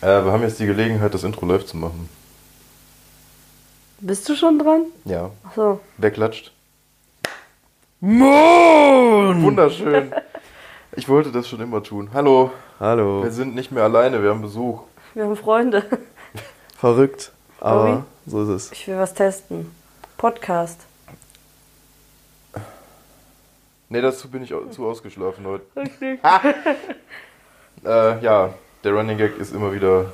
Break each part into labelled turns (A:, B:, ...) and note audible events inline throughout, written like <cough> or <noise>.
A: Äh, wir haben jetzt die Gelegenheit, das Intro live zu machen.
B: Bist du schon dran?
A: Ja.
B: Achso.
A: Wer klatscht? <laughs>
C: Moon!
A: Wunderschön. Ich wollte das schon immer tun. Hallo.
C: Hallo.
A: Wir sind nicht mehr alleine, wir haben Besuch.
B: Wir haben Freunde. <laughs>
C: Verrückt,
B: Sorry.
C: aber so ist es.
B: Ich will was testen. Podcast.
A: Nee, dazu bin ich au- zu ausgeschlafen heute.
B: Richtig.
C: Ah.
A: Äh, ja, der Running Gag ist immer wieder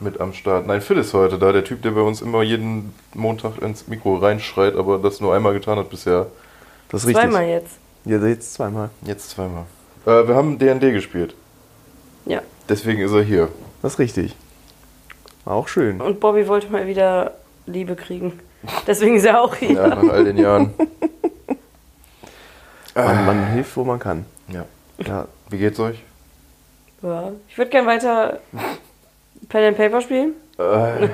A: mit am Start. Nein, Phil ist heute da, der Typ, der bei uns immer jeden Montag ins Mikro reinschreit, aber das nur einmal getan hat bisher.
C: Das ist richtig.
B: Zweimal jetzt.
C: Ja, jetzt zweimal.
A: Jetzt zweimal. Äh, wir haben D&D gespielt.
B: Ja.
A: Deswegen ist er hier.
C: Das ist richtig. War auch schön.
B: Und Bobby wollte mal wieder Liebe kriegen. Deswegen ist er auch hier.
A: Ja, nach all den Jahren.
B: Ah.
C: Man, man hilft, wo man kann.
A: Ja.
C: Ja,
A: Wie geht's euch?
B: Ja. Ich würde gern weiter Pen and Paper spielen.
A: Äh,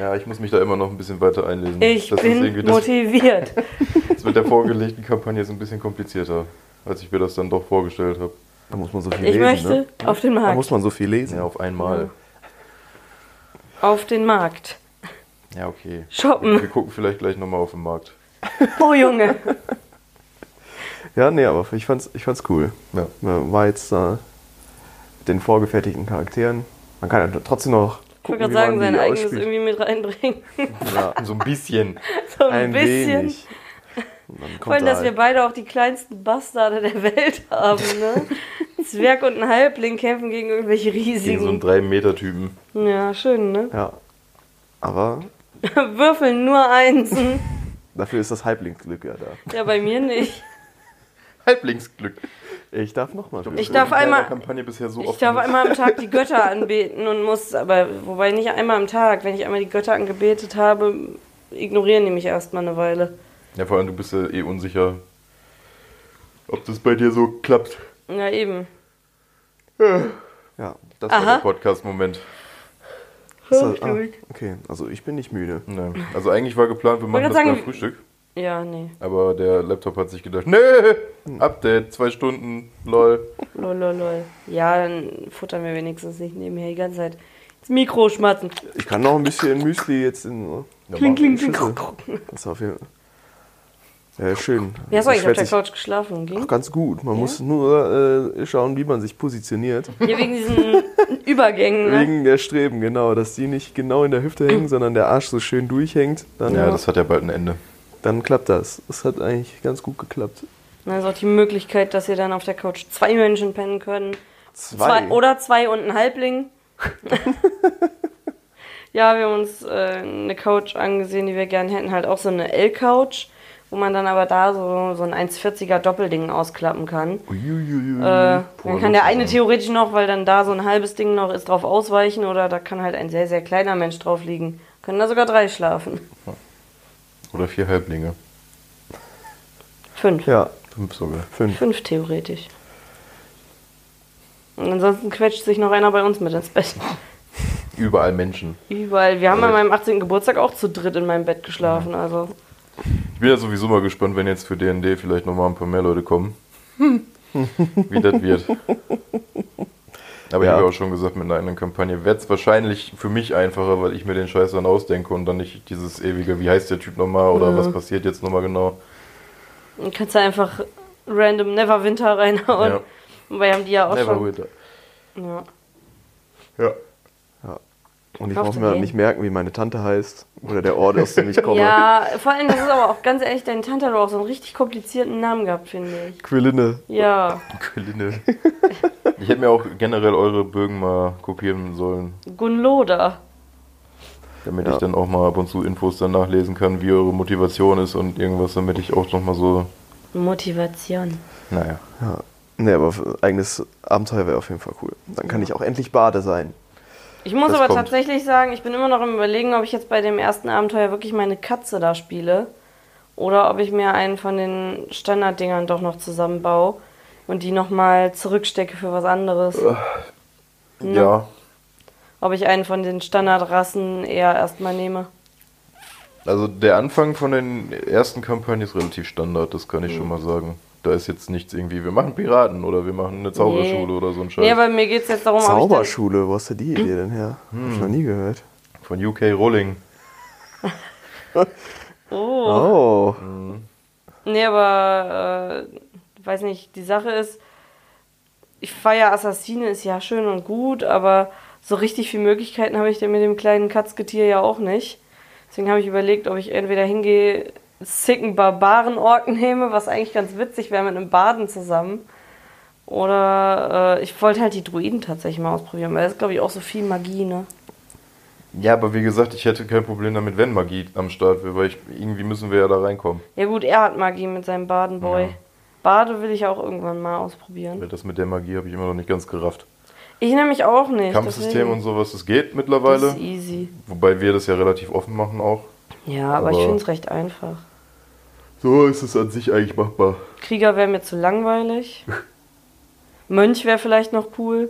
A: ja, ich muss mich da immer noch ein bisschen weiter einlesen.
B: Ich
A: das ist irgendwie
B: bin
A: das,
B: motiviert.
C: <laughs>
A: das mit der vorgelegten Kampagne ist ein bisschen komplizierter, als ich mir das dann doch vorgestellt habe.
C: da muss man so viel
B: Ich
C: lesen.
B: möchte
C: Ne?
B: auf den
C: Da
B: Markt.
C: muss man so viel lesen.
A: Ja, auf einmal.
B: Auf den Markt.
A: Ja, okay.
B: Shoppen.
A: Wir gucken vielleicht gleich nochmal auf den Markt.
B: Oh Junge.
C: Ja, nee, aber ich fand's, ich fand's cool.
A: Ja.
C: War jetzt äh, mit den vorgefertigten Charakteren. Man kann ja trotzdem noch
B: Ich wollte
C: gucken,
B: gerade
C: wie man
B: sagen, sein
C: die
B: eigenes
C: ausspielt.
B: irgendwie mit reinbringen. <laughs>
A: Ja, so ein bisschen.
B: So ein,
C: Ein
B: bisschen.
C: wenig. Und dann kommt
B: Vor allem,
C: da
B: dass wir
C: halt-
B: beide auch die kleinsten Bastarde der Welt <laughs> haben, ne?
A: <laughs>
B: Ein Zwerg und ein Halbling kämpfen gegen irgendwelche
A: Gegen so einen
B: riesigen.
A: 3-Meter-Typen.
B: ja, schön, ne? <laughs>
C: Ja. Aber
B: Würfeln nur Einsen.
C: dafür ist das Halblingsglück ja
B: <laughs>
C: da.
B: Ja, bei mir nicht.
A: Halblingsglück.
C: Ich darf nochmal.
B: Ich darf
A: habe in
B: einmal-
A: der Kampagne bisher so
B: Ich
A: oft
B: darf
A: nicht.
B: einmal am Tag die Götter
A: <laughs>
B: anbeten und muss, aber wobei nicht einmal am Tag. Wenn ich einmal die Götter angebetet habe, ignorieren die mich erstmal eine Weile.
A: Ja, vor allem, du bist ja eh unsicher, ob das bei dir so klappt.
B: Ja, eben.
C: Ja.
A: Das
B: Aha.
A: war der Podcast-Moment.
B: Hör
C: Ist das,
B: mich
C: ah,
B: durch.
C: okay, also ich bin nicht müde.
A: Ja. Also eigentlich war geplant, wir machen
B: Wollte
A: das
B: grad sagen,
A: beim Frühstück.
B: Ja, nee.
A: Aber der Laptop hat sich gedacht, nee, Update, zwei Stunden, lol.
B: Lol, lol, lol. Ja, dann futtern wir wenigstens nicht nebenher die ganze Zeit. Das Mikro schmatzen.
C: Ich kann noch ein bisschen Müsli jetzt in.
B: Kling, kling, kling.
C: Schüssel. Das war viel. Ja, schön.
B: Ja, sorry, ich hab auf
C: schwätze
B: der Couch geschlafen. Ging?
C: auch ganz gut. Man muss nur äh, schauen, wie man sich positioniert.
B: Ja, wegen
C: <laughs>
B: diesen Übergängen. Ne?
C: Wegen der Streben, genau. Dass die nicht genau in der Hüfte hängen,
B: Mm.
C: sondern der Arsch so schön durchhängt. Dann,
A: Ja, das hat ja bald ein Ende.
C: dann klappt das. Das hat eigentlich ganz gut geklappt.
B: Dann ist auch die Möglichkeit, dass ihr dann auf der Couch zwei Menschen pennen können.
C: Zwei?
B: oder zwei und ein
C: <laughs>
B: Halbling. ja, wir haben uns äh, eine Couch angesehen, die wir gerne hätten. Halt auch so eine L-Couch, wo man dann aber da so, so ein 1,40er Doppelding ausklappen kann.
C: Mhm.
A: Uiuiui.
B: Äh, dann kann der eine
A: Theorie.
B: theoretisch noch, weil dann da so ein halbes Ding noch ist, drauf ausweichen oder da kann halt ein sehr, sehr kleiner Mensch drauf liegen. Können da sogar drei schlafen.
A: Oder vier Halblinge.
B: Fünf.
C: Ja,
A: Fünf sogar.
C: fünf.
B: Fünf theoretisch. Und ansonsten quetscht sich noch einer bei uns mit ins Bett.
A: Überall Menschen.
B: Überall. Wir haben an meinem 18. Geburtstag auch zu dritt in meinem Bett geschlafen. Also
A: Ich bin ja sowieso mal gespannt, wenn jetzt für D&D vielleicht nochmal ein paar mehr Leute kommen. Hm. Wie das <laughs> wird. Aber ich
C: Ja.
A: habe ja auch schon gesagt, mit einer eigenen Kampagne wird es wahrscheinlich für mich einfacher, weil ich mir den Scheiß dann ausdenke und dann nicht dieses ewige, wie heißt der Typ nochmal oder
B: Mhm.
A: was passiert jetzt nochmal genau.
B: dann kannst du einfach random Neverwinter reinhauen.
A: Ja.
B: Und wir haben die ja auch
A: Never
B: schon.
A: will die.
B: Ja.
A: Ja.
C: Und ich
B: Kauf
C: hoffe
B: dir
C: mir halt
B: den.
C: nicht merken, wie meine Tante heißt. Oder der Ort,
B: <laughs>
C: aus dem ich komme.
B: ja, vor allem, das ist aber auch ganz ehrlich, deine Tante hat auch so einen richtig komplizierten Namen gehabt, finde ich.
C: Quilline.
B: Ja,
A: Quilline. Ich hätte mir auch generell eure Bögen mal kopieren sollen,
B: Gunloda.
A: damit
C: Ja.
A: ich dann auch mal ab und zu Infos dann nachlesen kann, wie eure Motivation ist und irgendwas, damit ich auch nochmal so,
B: Motivation.
A: naja.
C: Ja. Nee, aber eigenes Abenteuer wäre auf jeden Fall cool. Dann kann ich auch endlich Bade sein.
B: Ich muss
A: Das
B: aber
A: kommt.
B: tatsächlich sagen, ich bin immer noch im Überlegen, ob ich jetzt bei dem ersten Abenteuer wirklich meine Katze da spiele oder ob ich mir einen von den Standarddingern doch noch zusammenbaue und die nochmal zurückstecke für was anderes.
A: Ja,
B: Ob ich einen von den Standardrassen eher erstmal nehme.
A: Also der Anfang von den ersten Kampagnen ist relativ Standard, das kann ich schon mal sagen. Da ist jetzt nichts irgendwie, wir machen Piraten oder wir machen eine Zauberschule oder so ein Scheiß.
B: Nee, aber mir geht es jetzt darum, ob ich Hm. das,
C: Zauberschule, wo hast du die Idee denn her? Hab ich noch nie gehört.
A: Von UK Rowling.
B: oh,
C: Oh.
B: Nee, aber äh, weiß nicht, die Sache ist, ich feier Assassine ist ja schön und gut, aber so richtig viele Möglichkeiten habe ich denn mit dem kleinen Katzgetier ja auch nicht. Deswegen habe ich überlegt, ob ich entweder hingehe, sicken Barbarenork nehme, was eigentlich ganz witzig wäre mit einem Baden zusammen. Oder äh, ich wollte halt die Druiden tatsächlich mal ausprobieren, weil das ist, glaube ich, auch so viel Magie, ne?
A: Ja, aber wie gesagt, ich hätte kein Problem damit, wenn Magie am Start wäre, weil ich, irgendwie müssen wir ja da reinkommen.
B: Ja gut, er hat Magie mit seinem Badenboy. Bade will ich auch irgendwann mal ausprobieren.
A: Weil Das mit der Magie habe ich immer noch nicht ganz gerafft.
B: Ich nämlich auch nicht.
A: Kampfsystem
B: deswegen-
A: und sowas, das geht
B: Das
A: mittlerweile.
B: ist easy.
A: Wobei wir das ja relativ offen machen auch.
B: Ja, aber, ich
A: Aber-
B: finde es recht einfach.
A: So ist es an sich eigentlich machbar.
B: Krieger wäre mir zu langweilig. Mönch wäre vielleicht noch cool.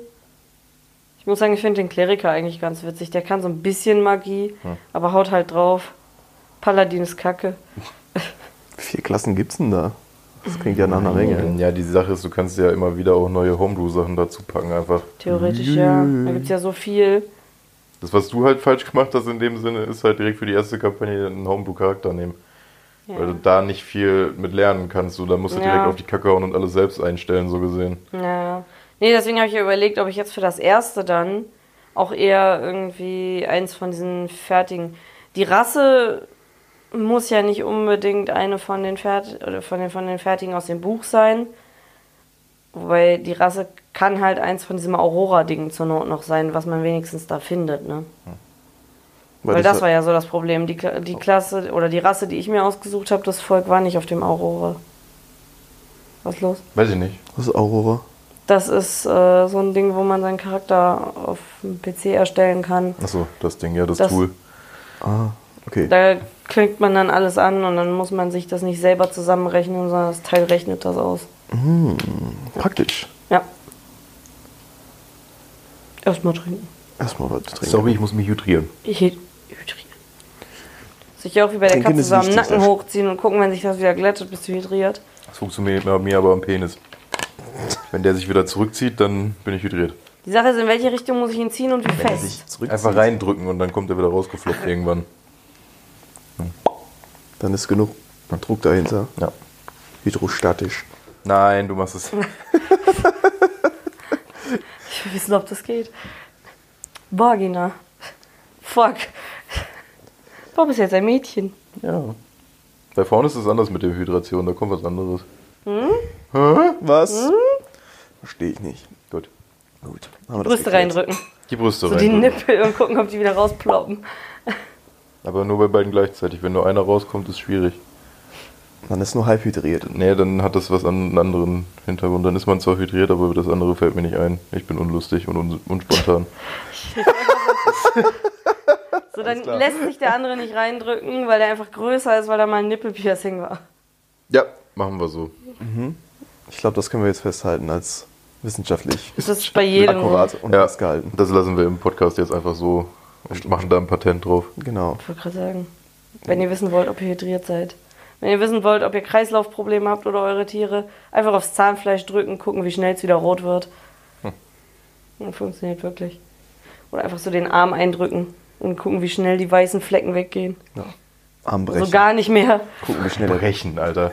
B: Ich muss sagen, ich finde den Kleriker eigentlich ganz witzig. Der kann so ein bisschen Magie, aber haut halt drauf. Paladin ist kacke.
C: Wie viele Klassen gibt's denn da? Das klingt ja nach
B: Hm.
C: einer Menge.
A: Ähm, Ja, die Sache ist, du kannst ja immer wieder auch neue Homebrew-Sachen dazu packen einfach.
B: Theoretisch ja. Da gibt es ja so viel.
A: Das, was du halt falsch gemacht hast in dem Sinne, ist halt direkt für die erste Kampagne einen Homebrew-Charakter nehmen. Weil du
B: Ja.
A: da nicht viel mit lernen kannst. Du, da musst du direkt
B: Ja.
A: auf die Kacke hauen und alles selbst einstellen, so gesehen.
B: ja. Nee, deswegen habe ich ja überlegt, ob ich jetzt für das erste dann auch eher irgendwie eins von diesen fertigen. Die Rasse muss ja nicht unbedingt eine von den, Fert oder von den, von den Fertigen aus dem Buch sein. Wobei die Rasse kann halt eins von diesem Aurora-Ding zur Not noch sein, was man wenigstens da findet. Ne? Weil, das war ja so das Problem. Die, Kla- die Klasse oder die Rasse, die ich mir ausgesucht habe, das Volk war nicht auf dem Aurora. Was ist los?
A: Weiß ich nicht.
C: Was ist Aurora?
B: Das ist äh, so ein Ding, wo man seinen Charakter auf dem PC erstellen kann.
A: Achso, das Ding, ja, das,
B: Das-
A: Tool.
C: Ah, okay.
B: Da klickt man dann alles an und dann muss man sich das nicht selber zusammenrechnen, sondern das Teil rechnet das aus.
C: Praktisch.
B: Ja. Erstmal trinken.
C: Erstmal was zu trinken.
A: ich muss mich hydrieren.
B: Ich hydrieren. Sich auch wie bei der
C: Trinken
B: Katze
C: ist
B: so am
C: wichtig,
B: Nacken
C: das-
B: hochziehen und gucken, wenn sich das wieder glättet, bist du hydriert.
A: Das funktioniert bei mir aber am Penis. Wenn der sich wieder zurückzieht, dann bin ich hydriert.
B: Die Sache ist, in welche Richtung muss ich ihn ziehen und wie fest?
C: Zurückzieht,
A: Einfach reindrücken und dann kommt er wieder
B: <laughs>
A: rausgefloppt irgendwann.
C: Dann ist genug Druck dahinter.
A: Ja.
C: Hydrostatisch.
A: Nein, du machst es.
B: Ich will wissen, ob das geht. Borgina. Fuck. Bob ist jetzt ein Mädchen.
A: Ja. Bei vorne ist es anders mit der Hydration, da kommt was anderes.
C: Was?
B: Hm?
C: Verstehe ich nicht.
A: Gut.
C: Gut. Haben wir das
B: Brüste
C: geklärt.
B: reindrücken.
A: Die Brüste
B: So die
A: rein. also.
B: Nippel und gucken, ob die wieder rausploppen.
A: Aber nur bei beiden gleichzeitig. Wenn nur einer rauskommt, ist schwierig.
C: Man ist nur halb hydriert.
A: Nee, dann hat das was an einen anderen Hintergrund. Dann ist man zwar hydriert, aber das andere fällt mir nicht ein. Ich bin unlustig und un unspontan.
B: So, dann lässt sich der andere nicht reindrücken, weil der einfach größer ist, weil da mal ein Nippelpiercing war.
A: Ja, machen wir so.
C: Ich glaube, das können wir jetzt festhalten als wissenschaftlich
B: Das ist bei jedem.
C: akkurat
B: so.
C: und
A: Ja,
C: festgehalten.
A: das lassen wir im Podcast jetzt einfach so und machen da ein Patent drauf.
C: Genau.
B: Ich wollte gerade sagen, wenn ihr wissen wollt, ob ihr hydriert seid. Wenn ihr wissen wollt, ob ihr Kreislaufprobleme habt oder eure Tiere, einfach aufs Zahnfleisch drücken, gucken, wie schnell es wieder rot wird. Und funktioniert wirklich. Oder einfach so den Arm eindrücken und gucken, wie schnell die weißen Flecken weggehen.
C: Ja. Arm
B: So
C: brechen.
B: also gar nicht mehr.
C: gucken, wie schnell er,
A: Brechen, Alter.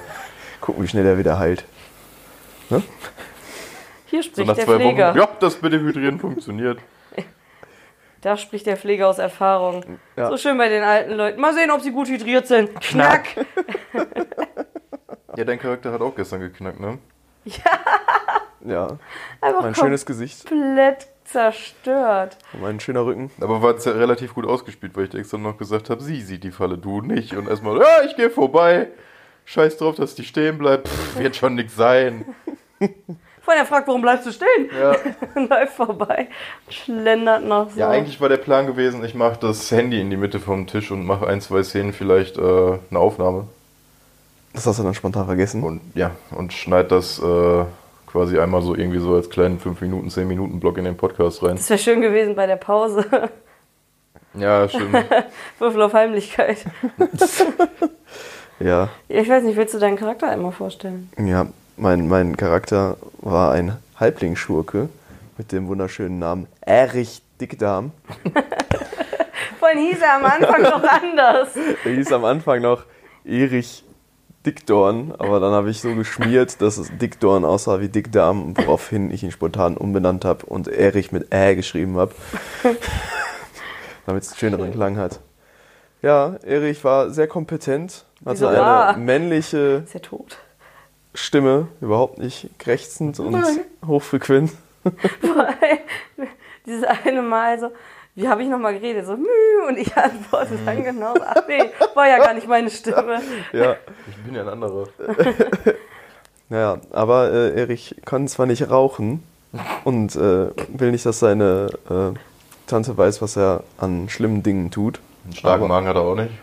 C: gucken, wie schnell er wieder heilt. Ne?
B: Hier
A: So
B: spricht
A: nach
B: der
A: zwei Wochen.
B: Pfleger.
A: Ja, das mit dem Hydrieren funktioniert.
B: Da spricht der Pfleger aus Erfahrung.
C: Ja.
B: So schön bei den alten Leuten. Mal sehen, ob sie gut hydriert sind. Knack!
A: Ja, dein Charakter hat auch gestern geknackt, ne?
C: Ja.
B: Einfach
C: Mein
B: komplett
C: schönes Gesicht
B: zerstört.
C: und mein schöner Rücken.
A: Aber war ja relativ gut ausgespielt, weil ich dir extra noch gesagt habe, sie sieht die Falle, du nicht. Und erstmal, ja, ich gehe vorbei. Scheiß drauf, dass die stehen bleibt. Pff, wird schon nix sein.
B: Vorher er fragt, warum bleibst du stehen? <laughs>
A: Ja.
B: Läuft vorbei, schlendert noch so.
A: Ja, eigentlich war der Plan gewesen, ich mache das Handy in die Mitte vom Tisch und mache ein, zwei Szenen vielleicht äh, eine Aufnahme.
C: Das hast du dann spontan vergessen.
A: Und ja, und schneid das äh, quasi einmal so irgendwie so als kleinen 5 Minuten, 10 Minuten Block in den Podcast rein.
B: Das wäre schön gewesen bei der Pause. <laughs>
A: Ja, stimmt.
B: Würfel auf Heimlichkeit. Ja,
C: Ja.
B: Ich weiß nicht, willst du deinen Charakter einmal vorstellen?
C: Ja. mein, mein Charakter war ein Halblingsschurke mit dem wunderschönen Namen Erich Dickdarm.
B: Vorhin hieß er am Anfang noch anders.
C: Der hieß am Anfang noch Erich Dickdorn, aber dann habe ich so geschmiert, dass es Dickdorn aussah wie Dickdarm, woraufhin ich ihn spontan umbenannt habe und Erich mit Ä
B: <laughs>
C: geschrieben habe. Damit es einen schöneren Klang hat. Ja, Erich war sehr kompetent, hatte
B: Wieso Ah. war?
C: eine männliche
B: Ist er tot?
C: Stimme, überhaupt nicht krächzend und
B: Nein.
C: hochfrequent.
B: Dieses eine Mal so, wie habe ich nochmal geredet? So, müh, und ich antworte dann genauso. Ach nee, war ja gar nicht meine Stimme.
C: Ja,
A: <laughs> Ich bin ja ein anderer.
C: naja, aber äh, Erich kann zwar nicht rauchen und äh, will nicht, dass seine äh, Tante weiß, was er an schlimmen Dingen tut.
A: Einen starken Magen hat er auch nicht.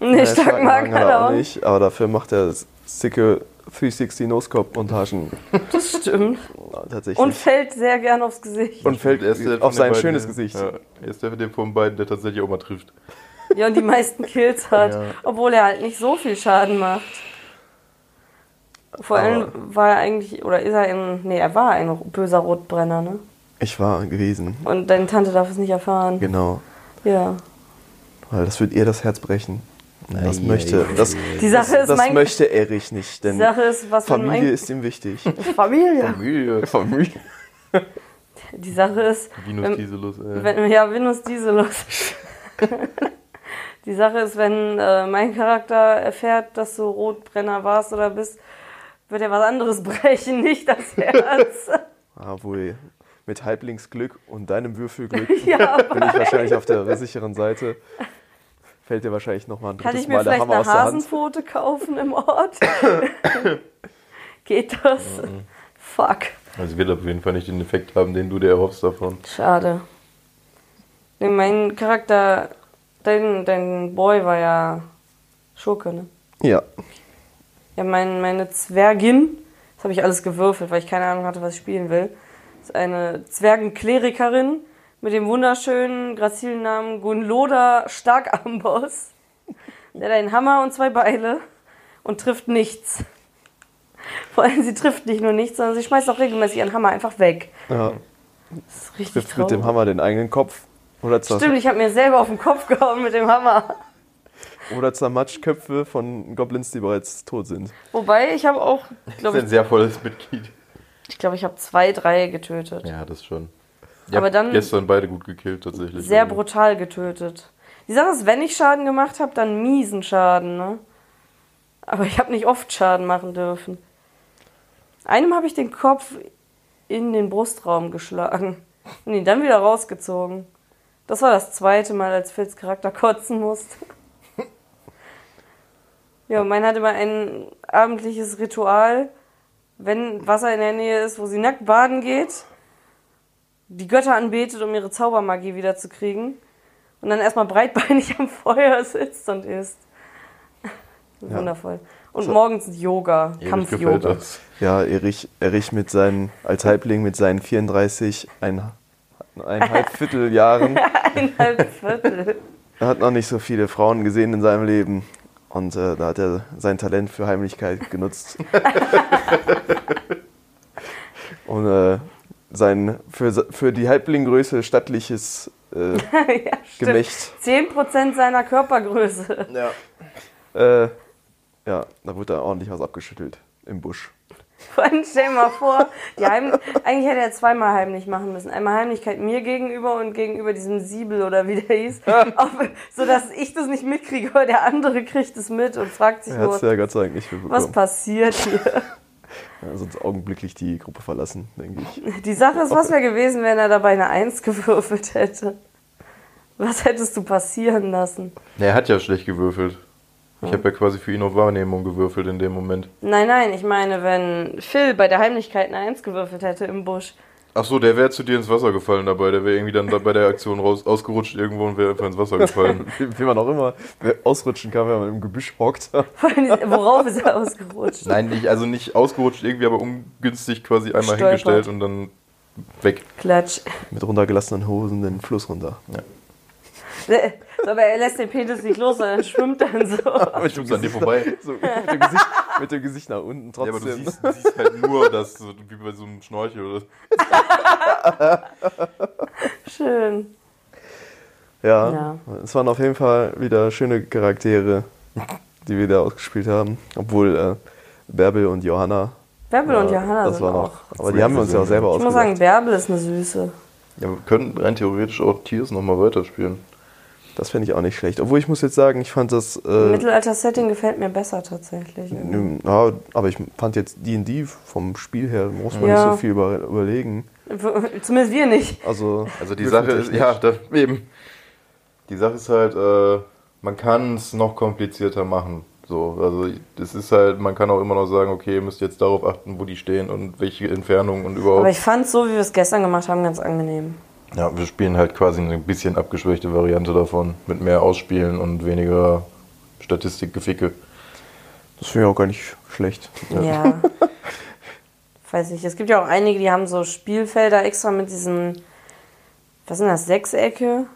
B: Nee,
C: Naja,
B: stark mag
C: hat
B: er auch nicht.
C: genau, nicht, aber dafür macht er sicke 360 Noscope-Montagen
B: Das stimmt.
C: tatsächlich.
B: Und fällt sehr gern aufs Gesicht.
C: Und fällt
A: Er ist der von
C: auf
A: den
C: sein
A: beiden,
C: schönes
A: der-
C: Gesicht.
A: Ja, er ist der von den von beiden, der tatsächlich auch mal trifft.
B: Ja, und die meisten Kills hat.
A: Ja.
B: Obwohl er halt nicht so viel Schaden macht. Vor allem war er eigentlich, oder ist er ein, nee, er war ein böser Rotbrenner, ne?
C: Ich war gewesen,
B: Und deine Tante darf es nicht erfahren.
C: genau.
B: Ja.
C: Weil das wird ihr das Herz brechen. Das
A: Ei,
C: möchte,
A: ei,
C: das,
B: Die Sache ist,
C: das
B: mein,
C: möchte Erich nicht,
B: die
C: denn
B: Sache ist, was man
C: Familie
B: mein-
C: ist ihm wichtig.
B: Familie.
A: Familie. <laughs> Familie.
B: Die Sache ist, ähm,
A: Venus Dieselus,
C: Äh.
A: ey.
B: wenn, ja, Venus Dieselus. <laughs> die Sache ist, wenn äh, mein Charakter erfährt, dass du Rotbrenner warst oder bist, wird er was anderes <laughs> brechen, nicht das
C: <laughs>
B: Herz.
C: Ah, wohl. Mit Halblingsglück und deinem Würfelglück
B: <laughs> ja, aber
C: bin ich wahrscheinlich auf der sicheren Seite. Fällt dir wahrscheinlich nochmal ein
B: kann ich
C: drittes
B: mir
C: Mal der
B: vielleicht
C: Hammer
B: eine
C: aus der Hand.
B: Hasenpfote kaufen im
C: <laughs>
B: Ort? Geht das?
C: Mhm.
B: Fuck.
A: Also wird auf jeden Fall nicht den Effekt haben, den du dir erhoffst davon.
B: Schade. Nee, mein Charakter, dein, dein Boy war ja Schurke, ne?
C: Ja,
B: Ja, mein, meine Zwergin, das habe ich alles gewürfelt, weil ich keine Ahnung hatte, was ich spielen will, ist eine Zwergenklerikerin mit dem wunderschönen, grazilen Namen Gunloda Starkarmboss. Der hat einen Hammer und zwei Beile und trifft nichts. Vor allem, sie trifft nicht nur nichts, sondern sie schmeißt auch regelmäßig ihren Hammer einfach weg.
C: ja.
B: Das ist richtig
C: trifft
B: traurig.
C: mit dem Hammer den eigenen Kopf. Oder, zer
B: Stimmt, ich habe mir selber auf den Kopf gehauen mit dem Hammer.
C: oder zermatscht Köpfe von Goblins, die bereits tot sind.
B: Wobei, ich habe auch,
A: Das
B: glaube
C: <laughs>
A: ist ein
B: ich,
A: sehr volles Mitglied.
B: ich, glaub, ich habe zwei, drei getötet.
A: Ja, das schon.
B: Aber
A: habt
B: dann-
A: gestern beide gut gekillt tatsächlich. Also,
B: sehr brutal getötet. Die Sache ist, wenn ich Schaden gemacht habe, dann miesen Schaden, ne? Aber ich habe nicht oft Schaden machen dürfen. Einem habe ich den Kopf in den Brustraum geschlagen <laughs> und ihn dann wieder rausgezogen. Das war das zweite Mal, als Phils Charakter kotzen musste. Ja, und mein hatte mal ein abendliches Ritual, wenn Wasser in der Nähe ist, wo sie nackt baden geht die Götter anbetet, um ihre Zaubermagie wiederzukriegen. Und dann erstmal breitbeinig <laughs> am Feuer sitzt und isst. Wundervoll. Und morgens Yoga,
A: Ewig gefällt
B: Kampf-Yoga.
A: das.
C: Ja, Erich, Erich mit seinen, als Halbling mit seinen 34, ein,
B: <laughs>
C: eineinhalb Vierteljahren
B: Eineinhalb
A: <laughs>
B: Viertel.
C: Er hat noch nicht so viele Frauen gesehen in seinem Leben. Und äh, da hat er sein Talent für
B: <laughs>
C: Heimlichkeit genutzt. und äh, sein für, für die Halblinggröße stattliches äh,
B: <laughs> ja, stimmt.
C: Gemächt.
B: 10% seiner Körpergröße.
A: Ja.
C: Äh, ja, da wurde er ordentlich was abgeschüttelt im Busch.
B: Vorhin stell mal vor, die Heim eigentlich hätte er zweimal heimlich machen müssen. Einmal Heimlichkeit mir gegenüber und gegenüber diesem Siebel oder wie der
C: <laughs>
B: hieß. Auf, sodass ich das nicht mitkriege, aber der andere kriegt es mit und fragt sich
C: Er hat
B: nur,
C: es ja Gott sei Dank nicht
B: was
C: mitbekommen.
B: passiert hier?
C: Ja, sonst augenblicklich die Gruppe verlassen, denke ich. <laughs>
B: Die Sache ist, was wäre gewesen, wenn er dabei eine Eins gewürfelt hätte? Was hättest du passieren lassen?
A: Er hat ja schlecht gewürfelt. Ich habe ja quasi für ihn auf Wahrnehmung gewürfelt in dem Moment.
B: Nein, nein, ich meine, wenn Phil bei der Heimlichkeit eine Eins gewürfelt hätte im Busch. <laughs>
A: Ach so, der wäre zu dir ins Wasser gefallen dabei. Der wäre irgendwie dann da bei der Aktion raus, ausgerutscht irgendwo und wäre einfach ins Wasser
B: <laughs>
A: gefallen.
C: Wie man auch immer ausrutschen kann, wenn man im Gebüsch hockt. <laughs>
B: Vor allem, Worauf ist er ausgerutscht?
A: Nein, nicht, also nicht ausgerutscht irgendwie, aber ungünstig quasi einmal
B: Stolpert.
A: hingestellt und dann weg.
B: Klatsch.
C: Mit runtergelassenen Hosen den Fluss runter.
B: So, Aber er lässt den Penis nicht los, sondern schwimmt dann so.
A: Aber ich an dir vorbei. <laughs>
C: So, mit, dem Gesicht, mit dem Gesicht nach unten
A: Ja, aber du
C: trotzdem.
A: siehst, siehst halt <laughs> nur das, so, wie bei so einem Schnorchel oder so.
B: Schön.
C: Ja, es waren auf jeden Fall wieder schöne Charaktere, die wir da ausgespielt haben. Obwohl äh, Bärbel und Johanna.
B: Bärbel und
C: ja,
B: Johanna
C: Das
B: sind
C: war
B: auch.
C: noch. Aber die haben wir uns ja auch selber
B: Ich muss
C: ausgedacht.
B: sagen, Bärbel ist eine Süße.
A: Ja, wir können rein theoretisch auch Tiers nochmal weiterspielen.
C: Das fände ich auch nicht schlecht. Obwohl ich muss jetzt sagen, ich fand das. Äh,
B: Mittelalter-Setting gefällt mir besser tatsächlich.
C: n- ja, aber ich fand jetzt DD vom Spiel her, muss man
B: Ja.
C: nicht so viel über, überlegen.
B: Zumindest wir nicht.
C: Also,
A: Also die Sache ist, ja, da, eben. Die Sache ist halt, äh, man kann es noch komplizierter machen. So, also das ist halt, man kann auch immer noch sagen, okay, ihr müsst jetzt darauf achten, wo die stehen und welche Entfernung und
B: Aber
C: Oh.
A: überhaupt.
B: ich fand so, wie wir es gestern gemacht haben, ganz angenehm.
A: Ja, wir spielen halt quasi eine bisschen abgeschwächte Variante davon, mit mehr Ausspielen und weniger Statistikgeficke.
C: Das finde ich auch gar nicht schlecht.
B: Ja. Weiß nicht. Es gibt ja auch einige, die haben so Spielfelder extra mit diesen, was sind das, Sechsecke?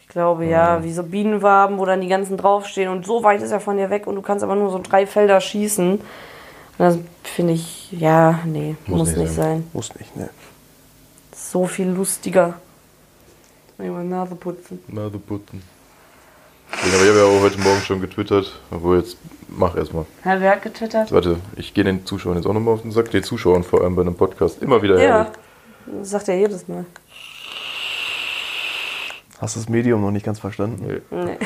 B: Ich glaube ja, wie so Bienenwaben, wo dann die ganzen draufstehen und so weit ist er von dir weg und du kannst aber nur so drei Felder schießen. Und das finde ich, ja, nee, muss,
A: Muss
B: nicht,
A: nicht
B: sein.
C: Muss nicht, ne?
B: So viel lustiger. Immer Nase putzen.
A: Na, the button. Ich habe ja auch heute Morgen schon getwittert, obwohl jetzt mach erstmal.
B: Herr, wer hat getwittert?
A: Warte, ich gehe den Zuschauern jetzt auch nochmal auf den Sack. Den Zuschauern vor allem bei einem Podcast immer wieder
B: Ja,
A: herrlich.
B: das sagt er jedes Mal.
C: Hast das Medium noch nicht ganz verstanden?
B: Nee.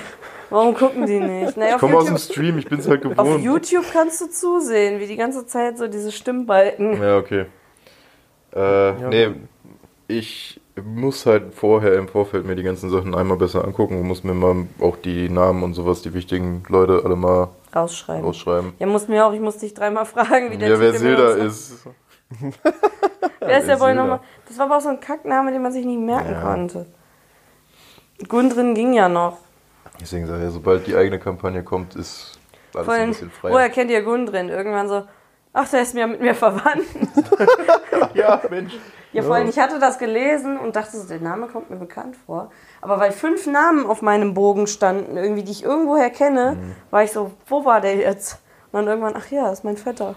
B: Warum gucken die nicht? Naja,
A: Ich
B: auf
A: komme aus dem
B: YouTube-
A: Stream, ich bin es halt
B: Auf
A: gewohnt.
B: YouTube kannst du zusehen, wie die ganze Zeit so diese Stimmbalken.
A: Ja, okay. Äh,
C: Ja,
A: nee,
C: gut.
A: ich muss halt vorher im Vorfeld mir die ganzen Sachen einmal besser angucken und muss mir mal auch die Namen und sowas, die wichtigen Leute alle mal
B: Rausschreiben.
A: ausschreiben.
B: Ja, musst mir auch, ich musste dich dreimal <laughs> fragen, wie der
A: Ja,
B: Typ
A: wer
B: der
A: Silda
B: mir-
A: ist.
B: Wer ist der
A: wer
B: Boy
A: Silda?
B: nochmal? Das war aber auch so ein Kackname, den man sich nicht merken
A: Ja.
B: konnte. Gundrin ging ja noch.
A: Deswegen sage ich, sobald die eigene Kampagne kommt, ist alles ein
B: Vorhin,
A: bisschen frei.
B: woher kennt ihr Gundrin? Irgendwann so, ach, der ist mir mit mir verwandt. <laughs>
A: Ja, Mensch.
B: Ja, vor allem, ich hatte das gelesen und dachte so, der Name kommt mir bekannt vor. Aber weil fünf Namen auf meinem Bogen standen, irgendwie, die ich irgendwoher kenne,
A: Mhm.
B: war ich so, wo war der jetzt? Und dann irgendwann, ach ja, ist mein Vetter.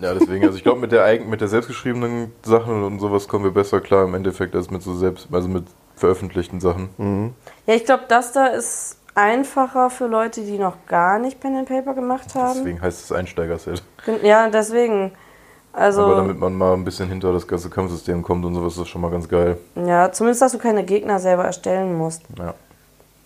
A: Ja, deswegen, also ich glaube, mit der eigen, mit der selbstgeschriebenen Sachen und sowas kommen wir besser klar im Endeffekt als mit so selbst, also mit veröffentlichten Sachen.
B: Ja, ich glaube, das da ist einfacher für Leute, die noch gar nicht Pen and Paper gemacht haben.
A: Deswegen heißt es Einsteigerset.
B: Deswegen. Ja, deswegen.
A: Aber
B: Also,
A: damit man mal ein bisschen hinter das ganze Kampfsystem kommt und sowas, ist das schon mal ganz geil.
B: ja, zumindest, dass du keine Gegner selber erstellen musst.
A: Ja.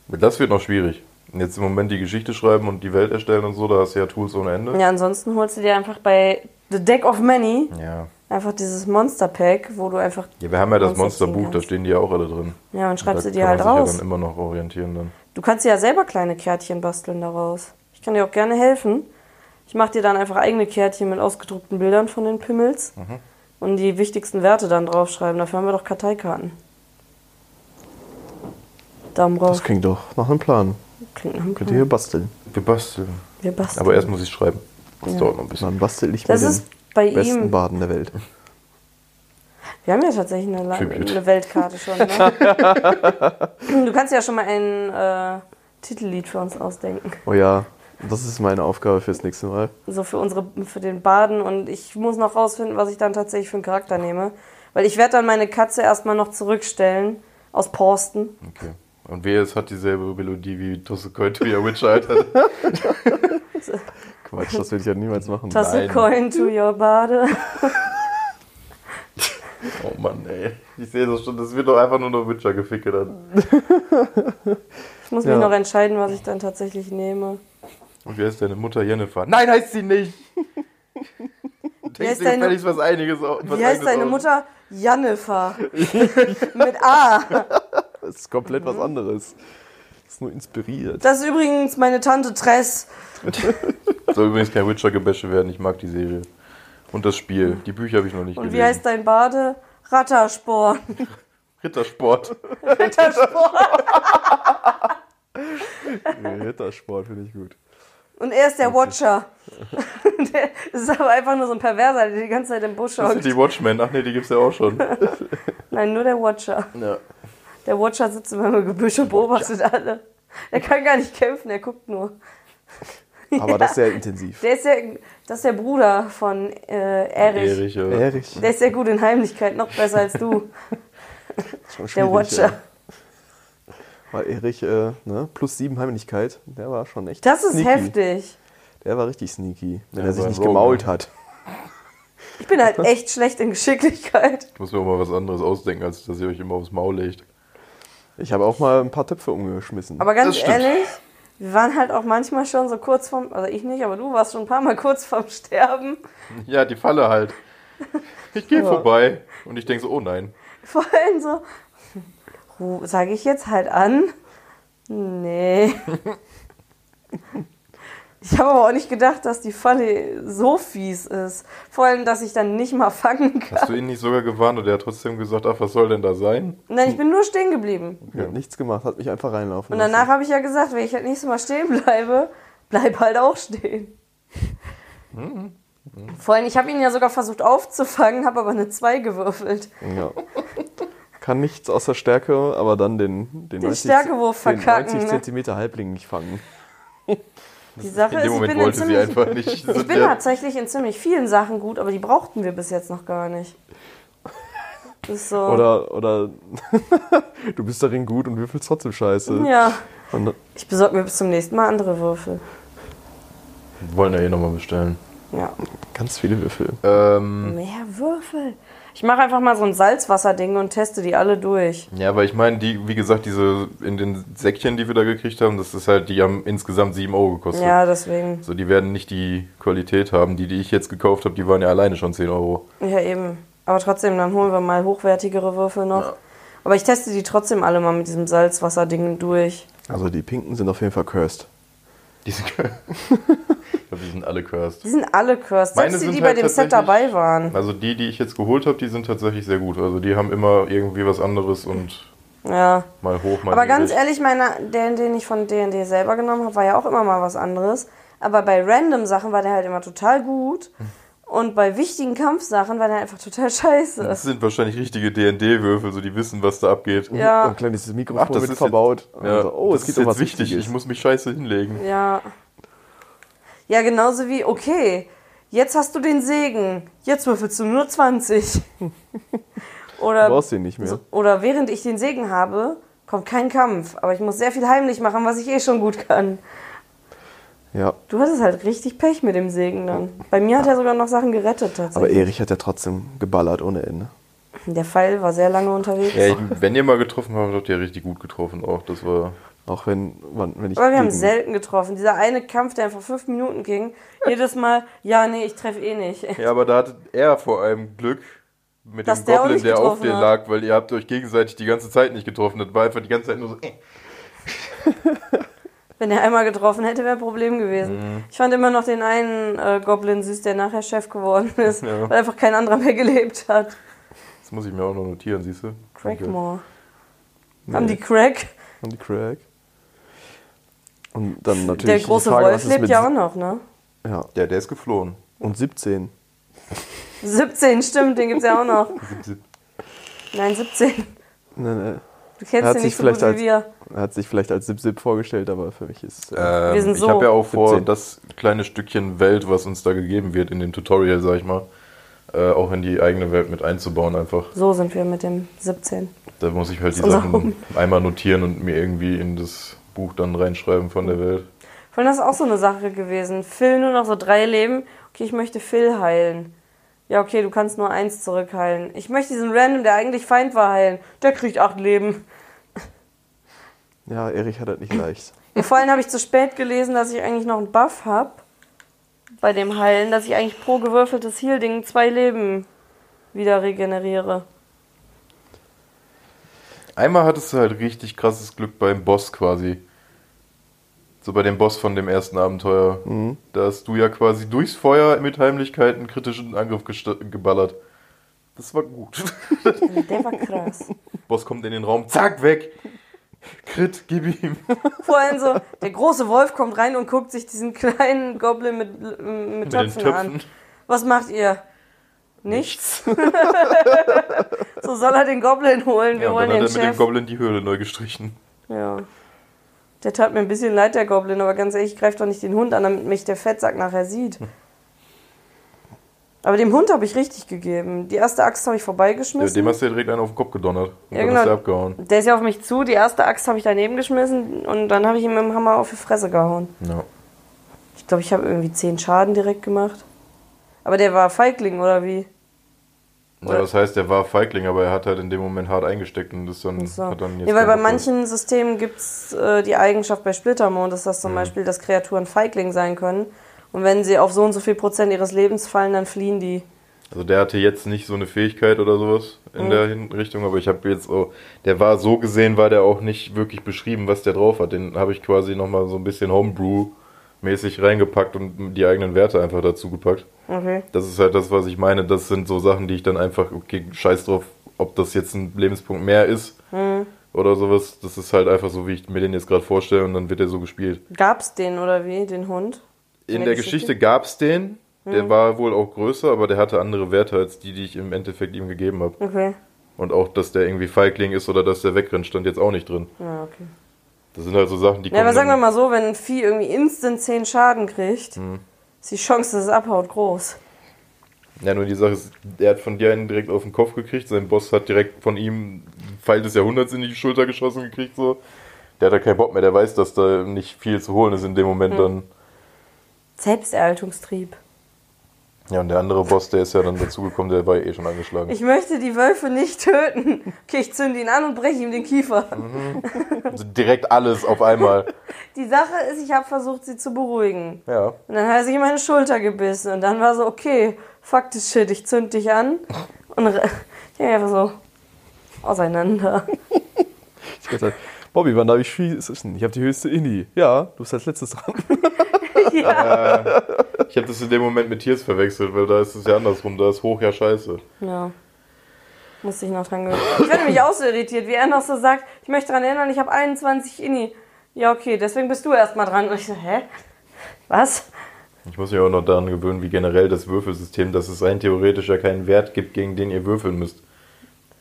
A: Das wird noch schwierig. Und Jetzt im Moment die Geschichte schreiben und die Welt erstellen und so, da hast du ja Tools ohne Ende.
B: Ja, ansonsten holst du dir einfach bei The Deck of Many
A: Ja.
B: einfach dieses Monster Pack, wo du einfach,
A: Ja, wir haben ja das
B: Monster ziehen
A: Monsterbuch, da
B: kannst.
A: stehen die ja auch alle drin.
B: ja, und schreibst
A: da
B: du dir halt
A: kann man sich
B: raus.
A: ja dann immer noch orientieren dann.
B: Du kannst dir ja selber kleine Kärtchen basteln daraus. Ich kann dir auch gerne helfen. Ich mache dir dann einfach eigene Kärtchen mit ausgedruckten Bildern von den Pimmels und die wichtigsten Werte dann draufschreiben. Dafür haben wir doch Karteikarten. Daumen rauf.
C: Das klingt doch nach einem Plan.
B: Klingt nach einem Plan.
C: Könnt ihr hier basteln?
A: Wir basteln.
B: Wir basteln.
A: Aber erst muss ich schreiben. Das
B: Ja.
A: dauert noch ein bisschen.
C: Dann bastel ich
B: Das
C: mir
B: ist
C: den
B: bei
C: besten
B: ihm.
C: Baden der Welt.
B: Wir haben ja tatsächlich eine, La-
A: Tribute.
B: eine Weltkarte schon. Ne? du kannst ja schon mal ein äh, Titellied für uns ausdenken.
C: Oh ja, das ist meine Aufgabe fürs nächste Mal.
B: so für unsere für den Baden und ich muss noch rausfinden, was ich dann tatsächlich für einen Charakter nehme, weil ich werde dann meine Katze erstmal noch zurückstellen aus Porsten.
A: Okay. Und wer es hat dieselbe Melodie wie halt Tossukoi to your Witch Alter.
B: <laughs>
C: Quatsch, das will ich ja niemals machen.
B: Toss a
A: Nein.
B: coin to your Bade.
A: Oh Mann, ey. Ich sehe das schon, das wird doch einfach nur noch Witcher geficke dann.
B: Ich muss mich
C: Ja.
B: noch entscheiden, was ich dann tatsächlich nehme.
A: Und wer ist deine Mutter Jennifer? Nein, heißt sie
B: <laughs>
A: nicht! Du denkst
B: heißt
A: dir
B: deine-
A: gefälligst was einiges au- was
B: Wie heißt
A: eigenes
B: deine
A: aus.
B: Mutter? Jannifer. <laughs> Mit A.
C: Das ist komplett
B: Mhm.
C: was anderes. Das ist nur
B: <laughs>
C: inspiriert.
B: Das ist übrigens meine Tante Tress.
A: Soll übrigens kein Witcher-Gebäsche werden, ich mag die Serie. Und das Spiel. Die Bücher habe ich noch nicht
B: Und
A: gelesen.
B: wie heißt dein Bade? Rattersporn.
A: Rittersport.
B: Rittersporn.
C: Rittersport finde ich gut.
B: Und er ist der Watcher. <laughs> Der ist aber einfach nur so ein Perverser, der die ganze Zeit im Busch
A: Das sind
B: hockt.
A: die Watchmen. Ach nee, die gibt's ja auch
B: <laughs>
A: schon.
B: Nein, nur der Watcher.
A: Ja.
B: Der Watcher sitzt immer im Gebüsch und beobachtet alle. Er kann gar nicht kämpfen, er guckt nur.
C: Aber das ist sehr intensiv.
B: Der ist ja, das ist der Bruder von äh, Erich.
A: Erich, ja.
C: Erich.
B: Der ist sehr gut in Heimlichkeit, noch besser als
C: <laughs>
B: du.
C: Schon
B: der
C: schwierig,
B: Watcher.
C: Ja. Weil Erich, äh, ne, plus sieben Heimlichkeit, der war schon echt
B: Das ist
C: sneaky.
B: heftig.
C: Der war richtig sneaky, wenn
A: Ja,
C: er sich
A: aber
C: nicht
A: Rogue,
C: gemault
A: ne?
C: hat.
B: Ich bin
C: <laughs>
B: halt echt schlecht in Geschicklichkeit.
A: Ich muss mir auch mal was anderes ausdenken, als dass ihr euch immer aufs Maul legt.
C: Ich habe auch mal ein paar Töpfe umgeschmissen.
B: Aber
A: Das
B: ganz
A: stimmt.
B: ehrlich, wir waren halt auch manchmal schon so kurz vorm, also ich nicht, aber du warst schon ein paar Mal kurz vorm Sterben.
A: Ja, die Falle halt. Ich gehe
C: Ja.
A: vorbei und ich denke so, oh nein.
B: Vor allem so, sage ich jetzt halt an? Nee. Ich habe aber auch nicht gedacht, dass die Falle so fies ist. Vor allem, dass ich dann nicht mal fangen kann.
A: Hast du ihn nicht sogar gewarnt und er hat trotzdem gesagt, ach, was soll denn da sein?
B: Nein, ich bin nur stehen geblieben.
C: Ich hab nichts gemacht, hat mich einfach reinlaufen
B: Und danach habe ich ja gesagt, wenn ich halt nächstes Mal stehen bleibe, bleib halt auch stehen.
A: Mhm.
B: Vor allem, ich habe ihn ja sogar versucht aufzufangen, habe aber eine 2 gewürfelt.
C: lassen. Ja. Kann nichts außer Stärke, aber dann den, den,
B: Stärkewurf verkacken,
C: Den 90
B: ne?
C: Zentimeter Halbling nicht fangen.
B: Die Sache
A: In dem
B: ist, ich
A: Moment
B: bin in
A: wollte sie
B: ziemlich
A: einfach nicht.
B: Ich bin halt- tatsächlich in ziemlich vielen Sachen gut, aber die brauchten wir bis jetzt noch gar nicht. Das ist so.
C: Oder, oder <laughs> du bist darin gut und würfelst trotzdem scheiße.
B: ja,
C: Und,
B: ich besorge mir bis zum nächsten Mal andere Würfel.
A: Wir wollen ja eh nochmal bestellen.
B: Ja,
C: ganz viele Würfel.
A: Ähm,
B: mehr Würfel. Ich mache einfach mal so ein Salzwasserding und teste die alle durch.
A: ja, aber ich meine, die, wie gesagt, diese in den Säckchen, die wir da gekriegt haben, das ist halt, die haben insgesamt 7 Euro gekostet.
B: Ja, deswegen.
A: So, die werden nicht die Qualität haben. Die, die ich jetzt gekauft habe, die waren ja alleine schon 10 Euro.
B: Ja, eben. Aber trotzdem, dann holen wir mal hochwertigere Würfel noch.
A: Ja.
B: Aber ich teste die trotzdem alle mal mit diesem Salzwasserding durch.
C: Also die Pinken sind auf jeden Fall cursed.
A: Die sind, <laughs> ich glaube, die sind alle cursed.
B: Die sind alle cursed.
A: Meine
B: Selbst die,
A: sind
B: die
A: halt
B: bei dem Set
A: tatsächlich-
B: dabei waren.
A: Also die, die ich jetzt geholt habe, die sind tatsächlich sehr gut. Also die haben immer irgendwie was anderes und
B: Ja.
A: mal hoch, mal
B: Aber ganz
A: niedrig.
B: ehrlich, meiner, der, den ich von D&D selber genommen habe, war ja auch immer mal was anderes. Aber bei random Sachen war der halt immer total gut. Und bei wichtigen Kampfsachen war der einfach total <laughs> scheiße.
A: Das sind wahrscheinlich richtige D&D-Würfel, so die wissen, was da abgeht.
B: Ja.
C: Und ein kleines Oh, Mikrofon
A: Ach, das
C: wird
A: ist
C: verbaut.
A: jetzt- Ja,
C: Also, oh,
A: das
C: es geht
A: ist
C: um was
A: jetzt wichtig.
C: Wichtiges.
A: Ich muss mich scheiße hinlegen.
B: Ja. Ja, genauso wie, okay, jetzt hast du den Segen. Jetzt würfelst du nur
C: <laughs>
B: 20.
C: du
B: Oder,
C: brauchst den nicht mehr.
B: so, oder während ich den Segen habe, kommt kein Kampf. Aber ich muss sehr viel heimlich machen, was ich eh schon gut kann.
C: Ja.
B: Du hattest halt richtig Pech mit dem Segen dann. Bei mir hat er sogar noch Sachen gerettet
C: Aber
B: tatsächlich.
C: Erich hat ja trotzdem geballert ohne Ende.
B: Der Pfeil war sehr lange unterwegs.
A: Ja, ich, wenn ihr mal getroffen habt, habt ihr richtig gut getroffen auch. Das war.
C: Auch wenn, wann- wenn ich.
B: Aber wir haben
C: gegen-
B: selten getroffen. Dieser eine Kampf, der einfach fünf Minuten ging, jedes Mal, ja, nee, ich treffe eh nicht. <laughs>
A: Ja, aber da hatte er vor allem Glück mit
B: Dass
A: dem
B: der auch
A: Goblin,
B: nicht
A: der auf
B: getroffen
A: dir
B: hat.
A: lag, weil ihr habt euch gegenseitig die ganze Zeit nicht getroffen. Das war einfach die ganze Zeit nur so. Äh.
B: Wenn er einmal getroffen hätte, wäre ein Problem gewesen.
C: Mhm.
B: Ich fand immer noch den einen äh, Goblin süß, der nachher Chef
C: <laughs>
B: geworden ist,
A: Ja.
B: weil einfach kein anderer mehr gelebt hat.
A: Das muss ich mir auch noch notieren, siehst du? Danke.
B: Crackmore. Haben die Crack?
C: Und die Craig. Und dann natürlich.
B: Der
C: die
B: große
C: Frage, was
B: Wolf
C: ist
B: lebt
C: mit
B: ja
C: sie-
B: auch noch, ne?
C: Ja.
A: Ja, der ist geflohen.
C: Und 17.
B: 17, stimmt, den gibt's ja auch noch.
C: <laughs>
B: Nein, 17.
C: Nee, nee.
B: Du
C: Er
B: kennst
C: hat
B: den
C: sich
B: nicht so
C: vielleicht
B: gut wie
C: als-
B: wir.
C: Ne, Er hat sich vielleicht als Zip Zip vorgestellt, aber für mich ist. Äh,
A: Ähm,
B: Wir sind so
A: ich habe ja auch vor,
C: 17.
A: das kleine Stückchen Welt, was uns da gegeben wird in dem Tutorial, sag ich mal, äh, auch in die eigene Welt mit einzubauen einfach.
B: So sind wir mit dem 17.
A: Da muss ich halt die
B: ist unser
A: Sachen
B: Hobby.
A: einmal notieren und mir irgendwie in das Buch dann reinschreiben von der Welt.
B: Vor allem das ist auch so eine Sache gewesen. Phil nur noch so drei Leben. Okay, ich möchte Phil heilen. Ja, okay, du kannst nur eins zurückheilen. Ich möchte diesen Random, der eigentlich Feind war, heilen. Der kriegt acht Leben.
C: ja, Erich hat das nicht leicht.
B: Und vor allem habe ich zu spät gelesen, dass ich eigentlich noch einen Buff habe bei dem Heilen, dass ich eigentlich pro gewürfeltes Heal-Ding zwei Leben wieder regeneriere.
A: Einmal hattest du halt richtig krasses Glück beim Boss quasi. So bei dem Boss von dem ersten Abenteuer. Da hast du ja quasi durchs Feuer mit Heimlichkeit einen kritischen Angriff gesta- geballert. Das war gut.
B: Der war krass.
A: Boss kommt in den Raum, zack, weg. Crit, gib ihm.
B: <laughs> Vor allem so, der große Wolf kommt rein und guckt sich diesen kleinen Goblin mit, äh, mit, mit
A: den
B: Töpfen
A: Töpfen.
B: an. Was macht ihr? Nichts. <laughs> so soll er den Goblin holen. Wir
A: Ja, und
B: holen
A: dann hat er
B: den
A: mit dem
B: Chef.
A: Goblin die Höhle neu gestrichen.
B: ja. Der tat mir ein bisschen leid, der Goblin, aber ganz ehrlich, greift doch nicht den Hund an, damit mich der Fettsack nachher sieht.
A: Hm.
B: Aber dem Hund habe ich richtig gegeben. Die erste Axt habe ich
A: Ja,
B: vorbeigeschmissen.
A: dem hast du ja direkt einen auf den Kopf gedonnert. Und
B: Ja,
A: dann
B: genau.
A: ist er abgehauen.
B: Der ist ja auf mich zu, die erste Axt habe ich daneben geschmissen und dann habe ich ihm mit dem Hammer auf die Fresse gehauen.
A: Ja.
B: Ich glaube, ich habe irgendwie zehn Schaden direkt gemacht. Aber der war Feigling, oder wie?
A: Ja,
B: Oder-
A: das heißt, er war Feigling, aber er hat halt in dem Moment hart eingesteckt und ist dann,
B: So.
A: hat dann
B: nee, weil bei
A: keinen Bock
B: manchen Systemen gibt es äh, die Eigenschaft bei Splittermond, dass
A: Mhm.
B: das zum Beispiel, dass Kreaturen Feigling sein können. Und wenn sie auf so und so viel Prozent ihres Lebens fallen, dann fliehen die.
A: mehr. Also der hatte jetzt nicht so eine Fähigkeit oder sowas in
B: Mhm.
A: der Hin- Richtung, aber ich habe jetzt auch, der war so gesehen, war der auch nicht wirklich beschrieben, was der drauf hat. Den habe ich quasi nochmal so ein bisschen Homebrew-mäßig reingepackt und die eigenen Werte einfach dazu gepackt.
B: Okay.
A: Das ist halt das, was ich meine. Das sind so Sachen, die ich dann einfach, okay, scheiß drauf, ob das jetzt ein Lebenspunkt mehr ist
B: Hm.
A: oder sowas. Das ist halt einfach so, wie ich mir den jetzt gerade vorstelle und dann wird er so gespielt.
B: Gab's den oder wie, den Hund?
A: In
B: der
A: der
B: Geschichte?
A: Geschichte gab's den. Der
B: Hm.
A: war wohl auch größer, aber der hatte andere Werte als die, die ich im Endeffekt ihm gegeben habe.
B: Okay.
A: Und auch, dass der irgendwie Feigling ist oder dass der wegrennt, stand jetzt auch nicht drin.
B: Ja, okay.
A: Das sind halt so Sachen, die
B: Ja, aber
A: kommen
B: sagen wir
A: dann-
B: mal so, wenn ein Vieh irgendwie instant 10 Schaden kriegt,
A: Mhm.
B: ist die Chance, dass es abhaut, groß.
A: Ja, nur die Sache ist, er hat von dir einen direkt auf den Kopf gekriegt, sein Boss hat direkt von ihm einen Pfeil des Jahrhunderts in die Schulter geschossen gekriegt, so. Der hat da keinen Bock mehr, der weiß, dass da nicht viel zu holen ist in dem Moment dann.
B: Selbsterhaltungstrieb.
A: Ja, und der andere Boss, der ist ja dann dazugekommen, der war eh schon angeschlagen.
B: Ich möchte die Wölfe nicht töten. <laughs> Okay, ich zünde ihn an und breche ihm den Kiefer.
A: Also direkt alles auf einmal.
B: Die Sache ist, ich habe versucht, sie zu beruhigen.
A: Ja.
B: Und dann hat er sich in meine Schulter gebissen. Und dann war so, okay, fuck this shit, ich zünd dich an. Und re- <laughs> ich hab einfach so auseinander. <laughs>
C: Ich dachte, Bobby, wann darf ich schießen? Ich habe die höchste Indie. Ja, du bist als letztes dran.
B: ja.
A: Ich habe das in dem Moment mit Tiers verwechselt, weil da ist es ja andersrum, da ist hoch ja scheiße.
B: ja. Musste ich noch dran gewöhnen. Ich werde mich auch so irritiert, wie er noch so sagt, ich möchte dran erinnern, ich habe 21 Inni. Ja, okay, deswegen bist du erstmal dran. Und ich so, hä? Was?
A: Ich muss mich auch noch daran gewöhnen, wie generell das Würfelsystem, dass es rein theoretisch ja keinen Wert gibt, gegen den ihr würfeln müsst.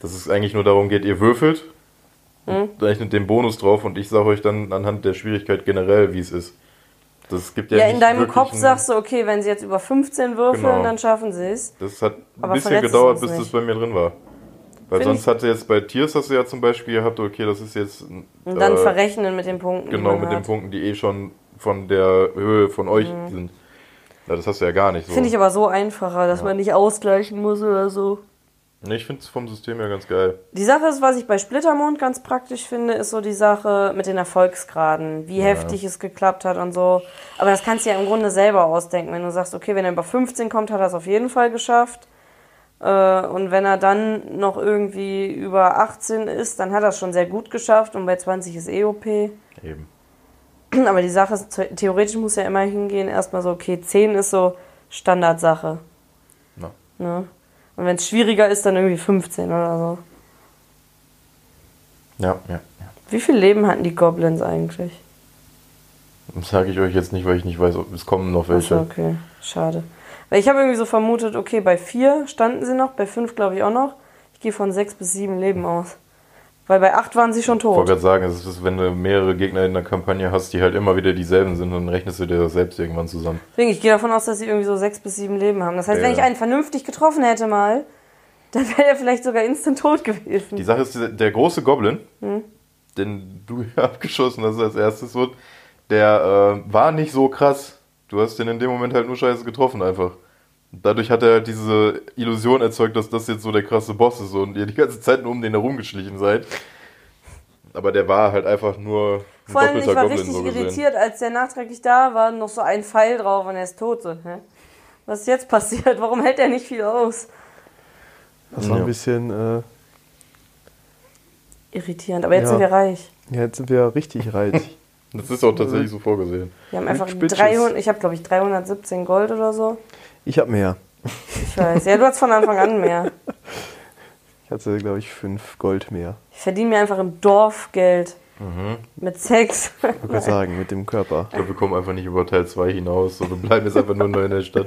A: Dass es eigentlich nur darum geht, ihr würfelt,
B: Mhm.
A: und rechnet den Bonus drauf und ich sage euch dann anhand der Schwierigkeit generell, wie es ist. Das gibt ja,
B: Ja,
A: nicht
B: in deinem
A: wirklich
B: Kopf
A: einen-
B: sagst du, okay, wenn sie jetzt über 15 würfeln,
A: Genau.
B: dann schaffen sie es.
A: Das hat ein
B: Aber
A: bisschen
B: verletzt es
A: gedauert,
B: uns
A: bis
B: nicht.
A: das bei mir drin war. Weil
B: Find
A: sonst
B: ich-
A: hatte jetzt bei Tiers hast du ja zum Beispiel gehabt, okay, das ist jetzt.
B: Und dann verrechnen mit den Punkten. die
A: Äh, Genau,
B: man
A: mit den
B: hat.
A: Punkten, die eh schon von der Höhe von euch sind. Ja, das hast du ja gar nicht so.
B: Mhm. Finde ich aber so einfacher, dass man nicht ausgleichen muss oder so.
A: Nee, ich finde es vom System ja ganz geil.
B: Die Sache ist, was ich bei Splittermond ganz praktisch finde, ist so die Sache mit den Erfolgsgraden, wie heftig es geklappt hat und so. Aber das kannst du ja im Grunde selber ausdenken, wenn du sagst, okay, wenn er über 15 kommt, hat er es auf jeden Fall geschafft. Äh, Und wenn er dann noch irgendwie über 18 ist, dann hat er es schon sehr gut geschafft und bei 20 ist EOP.
A: Eben.
B: <clears throat> Aber die Sache ist, the- theoretisch muss ja immer hingehen, erstmal so, okay, 10 ist so Standardsache.
A: Na.
B: Ne? Und wenn es schwieriger ist, dann irgendwie 15 oder so.
A: Ja, ja. ja.
B: Wie viel Leben hatten die Goblins eigentlich?
A: Das sage ich euch jetzt nicht, weil ich nicht weiß, ob es kommen noch
B: Ach so,
A: welche.
B: okay, schade. Weil ich habe irgendwie so vermutet, okay, bei vier standen sie noch, bei fünf glaube ich auch noch. Ich gehe von sechs bis sieben Leben aus. Weil bei acht waren sie schon
A: Ich wollte
B: tot.
A: gerade sagen, es ist, wenn du mehrere Gegner in der Kampagne hast, die halt immer wieder dieselben sind, dann rechnest du dir das selbst irgendwann zusammen.
B: Deswegen, ich gehe davon aus, dass sie irgendwie so sechs bis sieben Leben haben. Das heißt,
A: Ja.
B: wenn ich einen vernünftig getroffen hätte mal, <laughs> dann wäre er vielleicht sogar instant tot gewesen.
A: Die Sache ist, der- der große Goblin,
B: Hm.
A: den du <laughs> ja abgeschossen hast als erstes, wird, der äh, war nicht so krass. Du hast den in dem Moment halt nur scheiße getroffen einfach. Dadurch hat er halt diese Illusion erzeugt, dass das jetzt so der krasse Boss ist und ihr die ganze Zeit nur um den herumgeschlichen seid. Aber der war halt einfach nur ein
B: Vor allem, ich
A: doppelter
B: war
A: Goblin
B: richtig
A: so gesehen.
B: irritiert, als der nachträglich da war, noch so ein Pfeil drauf und er ist tot. So, hä? Was ist jetzt passiert? Warum hält er nicht viel aus?
C: Das war
A: Ja.
C: ein bisschen. Äh,
B: Irritierend, aber jetzt
C: Ja.
B: sind wir reich.
C: ja, jetzt sind wir richtig reich.
A: Das ist auch tatsächlich
B: Mhm.
A: so vorgesehen.
B: Wir haben einfach
C: Bitches.
B: 300, ich habe glaube ich 317 Gold oder so.
C: Ich habe mehr.
B: Ich weiß. Ja, du hast von Anfang an mehr.
C: Ich hatte, glaube ich, fünf Gold mehr.
B: Ich verdiene mir einfach im Dorf Geld.
C: Mhm.
B: Mit Sex.
C: Ich würde sagen, mit dem Körper.
A: Ich glaube, wir kommen einfach nicht über Teil 2 hinaus. So, wir bleiben jetzt einfach nur neu in der
B: <laughs>
A: Stadt.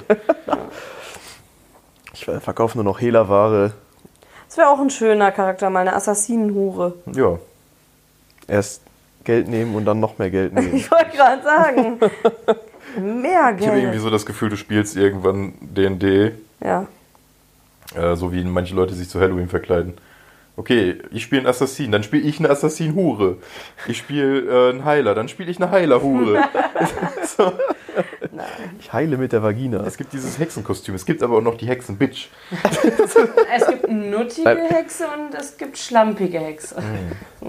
C: Ich verkaufe nur noch Hehlerware.
B: Das wäre auch ein schöner Charakter, mal eine Assassinenhure.
A: Ja.
C: Erst Geld nehmen und dann noch mehr Geld nehmen.
B: Ich wollte gerade sagen. Mehr
A: Ich habe irgendwie
B: Geld.
A: so das Gefühl, du spielst irgendwann D&D,
B: Ja.
A: äh, so wie manche Leute sich zu Halloween verkleiden. Okay, ich spiele einen Assassin, dann spiele ich eine Assassin-Hure. Ich spiele äh, einen Heiler, dann spiele ich eine
B: <laughs>
A: Heiler-Hure. so.
C: Ich heile mit der Vagina.
A: Es gibt dieses Hexenkostüm, es gibt aber auch noch die Hexen-Bitch.
B: Es gibt nuttige
C: Äh.
B: Hexe und es gibt schlampige Hexe.
C: Mhm.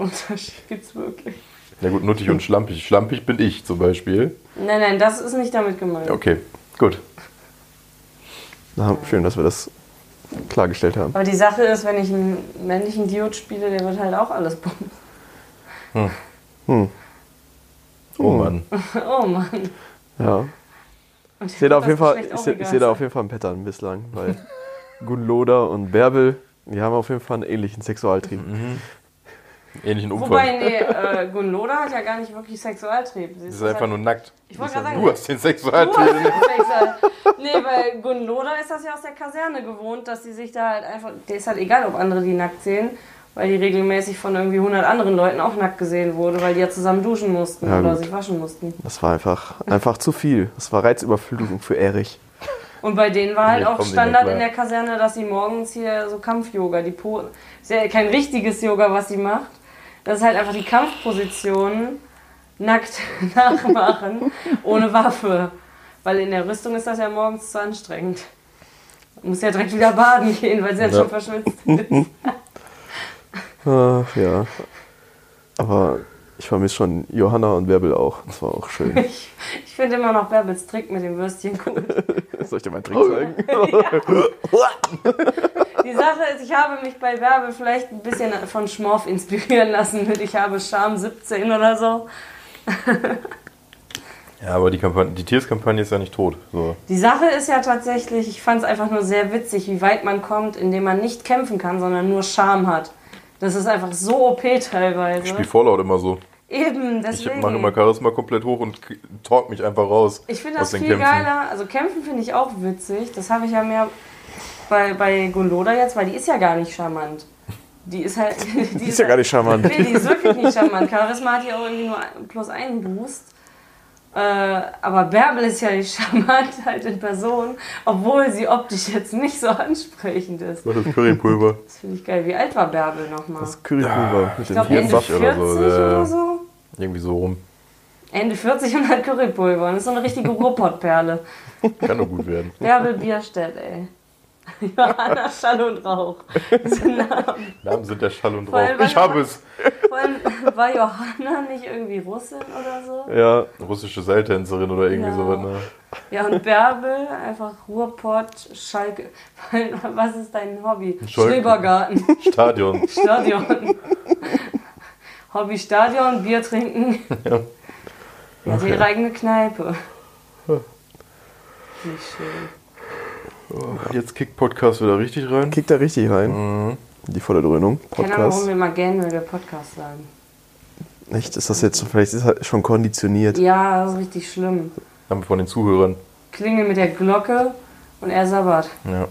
B: <laughs> Unterschied gibt's wirklich.
A: Ja gut, nuttig und schlampig. Schlampig bin ich zum Beispiel.
B: Nein, nein, das ist nicht damit gemeint.
A: Okay, gut.
C: Na, schön, dass wir das klargestellt haben.
B: Aber die Sache ist, wenn ich einen männlichen Diod spiele, der wird halt auch alles bumsen.
C: Hm.
A: Oh Mann.
B: <laughs> Oh Mann.
C: Ja.
B: Und
C: Ich sehe da, auf
B: das
C: jeden Fall-
B: Geschlecht
C: ich
B: auch
C: seh, ich
B: egal
C: seh da
B: sein.
C: auf jeden Fall einen Pattern bislang, weil <laughs> Gunloda und Bärbel, die haben auf jeden Fall einen ähnlichen Sexualtrieb.
A: Ähnlichen Umfang.
B: Wobei,
A: <laughs>
B: nee, äh, Gunloda hat ja gar nicht wirklich Sexualtrieb. Sie
A: Sie ist einfach
B: halt-
A: nur nackt.
B: Ich wollte gerade sagen,
A: Du hast den
B: du hast
A: Sexualtrieb.
B: <laughs> Sexual- Nee, weil Gunloda ist das ja aus der Kaserne gewohnt, dass sie sich da halt einfach. Der ist halt egal, ob andere die nackt sehen, weil die regelmäßig von irgendwie 100 anderen Leuten auch nackt gesehen wurde, weil die ja zusammen duschen mussten
C: Ja,
B: oder
C: gut.
B: sich waschen mussten.
C: Das war einfach, einfach zu viel. Das war Reizüberflutung für Erich.
B: Und bei denen war halt
A: Ja,
B: auch
A: kommen die
B: Standard
A: nicht
B: in
A: klar.
B: der Kaserne, dass sie morgens hier so Kampf-Yoga, die Po. Ist ja kein richtiges Yoga, was sie macht. Das ist halt einfach die Kampfpositionen nackt <laughs> nachmachen, ohne Waffe. Weil in der Rüstung ist das ja morgens zu anstrengend. Muss ja direkt wieder baden gehen, weil sie jetzt
A: Ja.
B: schon verschwitzt ist.
C: Ach ja. Aber ich vermisse schon Johanna und Bärbel auch. Das war auch schön.
B: Ich, ich finde immer noch Bärbels Trick mit dem Würstchen gut.
C: Soll ich dir meinen
B: Oh.
C: Trick zeigen?
B: Die Sache ist, ich habe mich bei Bärbel vielleicht ein bisschen von Schmorf inspirieren lassen mit Ich habe Charme 17 oder so.
A: Ja, aber die, Kampagne, die Tiers-Kampagne ist ja nicht tot. So.
B: Die Sache ist ja tatsächlich, ich fand es einfach nur sehr witzig, wie weit man kommt, indem man nicht kämpfen kann, sondern nur Charme hat. Das ist einfach so OP teilweise.
A: Ich spiele Fallout immer so.
B: Eben,
A: Ich
B: deswegen.
A: mache immer Charisma komplett hoch und k- talk mich einfach raus.
B: Ich finde das viel geiler. Also kämpfen finde ich auch witzig. Das habe ich ja mehr bei, bei Goloda jetzt, weil die ist ja gar nicht charmant. Die ist halt. <laughs> Die,
C: Die ist ja gar nicht charmant.
B: Nee, die ist wirklich nicht charmant. Charisma hat ja auch irgendwie nur ein- plus einen Boost. Äh, aber Bärbel ist ja <laughs> nicht charmant halt in Person, obwohl sie optisch jetzt nicht so ansprechend ist.
A: Das ist Currypulver.
B: Das finde ich geil. Wie alt war Bärbel nochmal?
C: Das Currypulver mit
B: Ich
C: dem
B: glaube Ende
A: 24
B: 40
A: oder
B: oder
A: so,
B: so.
A: ja. Irgendwie so rum.
B: Ende 40 und hat Currypulver. Und Das ist so eine richtige Ruhrpottperle.
A: Kann doch gut
B: <laughs>
A: werden.
B: Bärbel Bierstedt, ey. <laughs> Johanna Schall und <laughs> Rauch. Diese Namen.
A: Namen sind der Schall und
B: Vor allem,
A: Rauch.
B: weil-
A: Ich habe es.
B: Vor allem, war Johanna nicht irgendwie Russin oder so?
C: Ja,
A: Russische Seiltänzerin oder irgendwie
B: Ja.
A: sowas. Ne?
B: Ja, und Bärbel, einfach Ruhrpott, Schalke. <laughs> Weil, Was ist dein Hobby?
A: Schalke.
B: Schrebergarten, <laughs>
A: Stadion.
B: Stadion. Hobby Stadion, Bier
C: <laughs>
B: trinken. Ja. Also ihre eigene Kneipe. Wie schön.
A: Oh Jetzt kickt Podcast wieder richtig rein. Mhm.
C: kickt da richtig rein. Die volle Dröhnung.
B: Keine Ahnung, warum
C: Podcast.
B: wir mal Genwelle Podcast sagen.
C: Echt, ist das jetzt so, vielleicht ist das schon konditioniert.
B: Ja, das ist richtig schlimm.
A: Haben wir von den Zuhörern.
B: Klingel mit der Glocke und er sabbert.
A: Ja.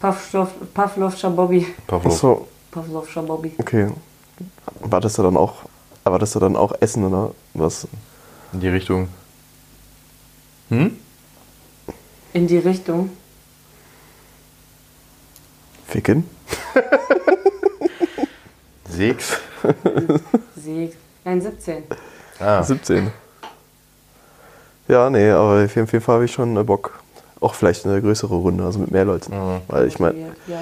B: Pavlov, Pavlovscher Bobby.
A: Pavlov.
C: Achso,
B: Pavlovscher Bobby.
C: okay. Wartest du dann auch, erwartest du dann auch Essen oder was?
A: In die Richtung. Hm?
B: In die Richtung.
C: Ficken?
A: Sechs.
B: Sieg. Nein, 17.
A: Ah.
C: 17. Ja, nee, aber auf jeden Fall habe ich schon äh, Bock. Auch vielleicht eine größere Runde, also mit mehr Leuten. Weil ich meine,
B: Ja.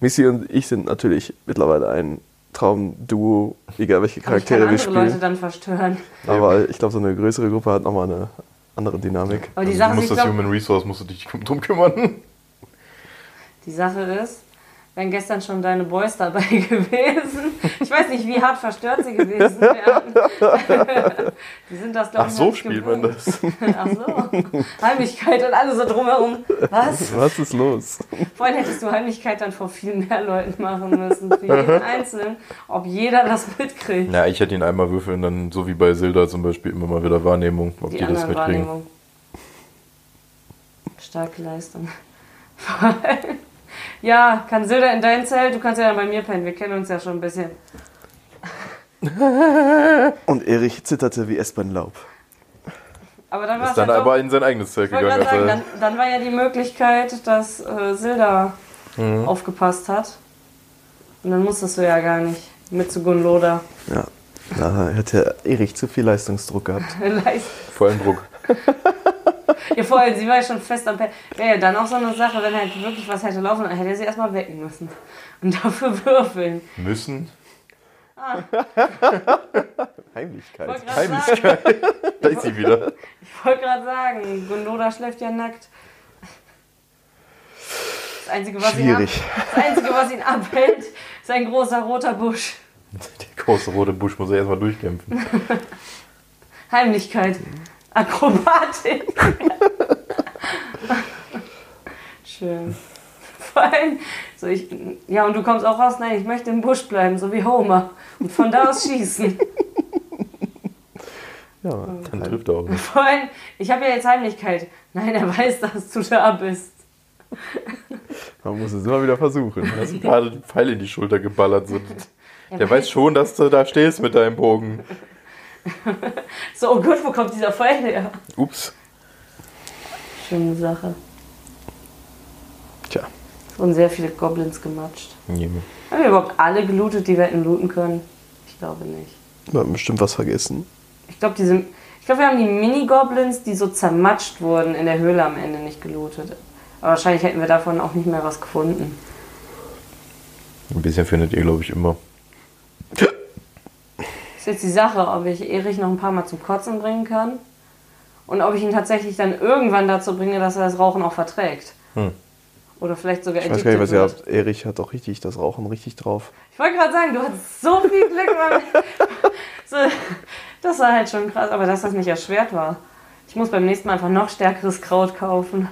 C: Missy und ich sind natürlich mittlerweile ein Traumduo, egal welche
B: Ich kann
C: Charaktere
B: andere
C: wir
B: Leute
C: spielen.
B: dann verstören.
C: Aber ich glaube, so eine größere Gruppe hat nochmal eine andere Dynamik.
B: Aber die
A: Also du
B: Sache, ist,
A: musst
B: ich
A: das
B: glaub,
A: Human Resource, musst du dich drum kümmern.
B: die Sache ist, wären gestern schon deine Boys dabei <laughs> gewesen. Ich weiß nicht, wie hart verstört sie gewesen wären. <laughs> die sind das, glaube
A: Ach,
B: ich,
A: so
B: noch nicht
A: spielt man
B: gewohnt.
A: das.
B: Ach so. Heimlichkeit und alle so drumherum. Was?
C: Was ist los?
B: Vorhin hättest du Heimlichkeit dann vor viel mehr Leuten machen müssen. Für jeden Einzelnen. Ob jeder das
A: <laughs>
B: mitkriegt.
A: Ja, ich hätte ihn einmal würfeln, dann so wie bei Silda zum Beispiel immer mal wieder Wahrnehmung, ob die,
B: Die
A: das
B: anderen
A: mitkriegen.
B: Wahrnehmung. Starke Leistung. <laughs> ja, kann Silda in dein Zelt, du kannst ja dann bei mir pennen. Wir kennen uns ja schon ein bisschen.
C: Und Erich zitterte wie Espenlaub.
B: Aber dann war es
A: Ist dann
B: ja doch,
A: aber in sein eigenes Zelt
B: ich wollte
A: gegangen.
B: gerade sagen,
A: also-
B: dann, dann war ja die Möglichkeit, dass äh, Silda
A: Mhm.
B: aufgepasst hat. Und dann musstest du ja gar nicht mit zu Gunloda <laughs>
C: Ja, da hätte Erich zu viel Leistungsdruck gehabt.
B: leisten.
A: Vollen Druck.
B: Ja, vor allem, sie war ja schon fest am Pferd. Wäre ja dann auch so eine Sache, wenn halt wirklich was hätte laufen, dann hätte er sie erstmal wecken müssen. Und dafür würfeln.
A: Müssen.
B: Ich
C: Heimlichkeit.
B: wollte gerade sagen,
A: Da ist sie
B: <laughs>
A: wieder.
B: ich wollt grad sagen, Gondola schläft ja nackt. Das Einzige, was
C: Schwierig.
B: Ihn ab, das Einzige, was ihn abhält, ist ein großer roter Busch.
A: <laughs> Der große rote Busch muss er erstmal
B: <laughs>
A: durchkämpfen.
B: Heimlichkeit. Akrobatik. Schön. Vor allem, so ich, ja, und du kommst auch raus, nein, ich möchte im Busch bleiben, so wie Homer. Und von da aus schießen.
C: Ja,
A: Dann trifft er auch nicht.
B: Vor allem, ich habe ja jetzt Heimlichkeit. Nein, er weiß, dass du da bist.
C: man muss es immer wieder versuchen.
A: Da sind gerade die Pfeile in die Schulter geballert. Sind. Der weiß schon, dass du da stehst mit deinem Bogen.
B: So, oh Gott, wo kommt dieser Pfeil her?
A: Ups.
B: Schöne Sache.
C: Tja.
B: Und sehr viele Goblins gematscht.
A: Nee.
B: Haben wir überhaupt alle gelootet, die wir hätten looten können? Ich glaube nicht.
C: Wir haben bestimmt was vergessen.
B: Ich glaube, diese. Ich glaube, wir haben die Mini-Goblins, die so zermatscht wurden, in der Höhle am Ende nicht gelootet. Aber wahrscheinlich hätten wir davon auch nicht mehr was gefunden.
A: Ein bisschen findet ihr, glaube ich, immer.
B: Ist jetzt die Sache, ob ich Erich noch ein paar Mal zum Kotzen bringen kann und ob ich ihn tatsächlich dann irgendwann dazu bringe, dass er das Rauchen auch verträgt.
A: Hm.
B: Oder vielleicht sogar
C: Ich weiß gar nicht, was ihr
B: addicted
C: habt. Erich hat doch richtig das Rauchen richtig drauf.
B: Ich wollte gerade sagen, du hattest so viel Glück. beim- so, das war halt schon krass, aber dass das nicht erschwert war. Ich muss beim nächsten Mal einfach noch stärkeres Kraut kaufen.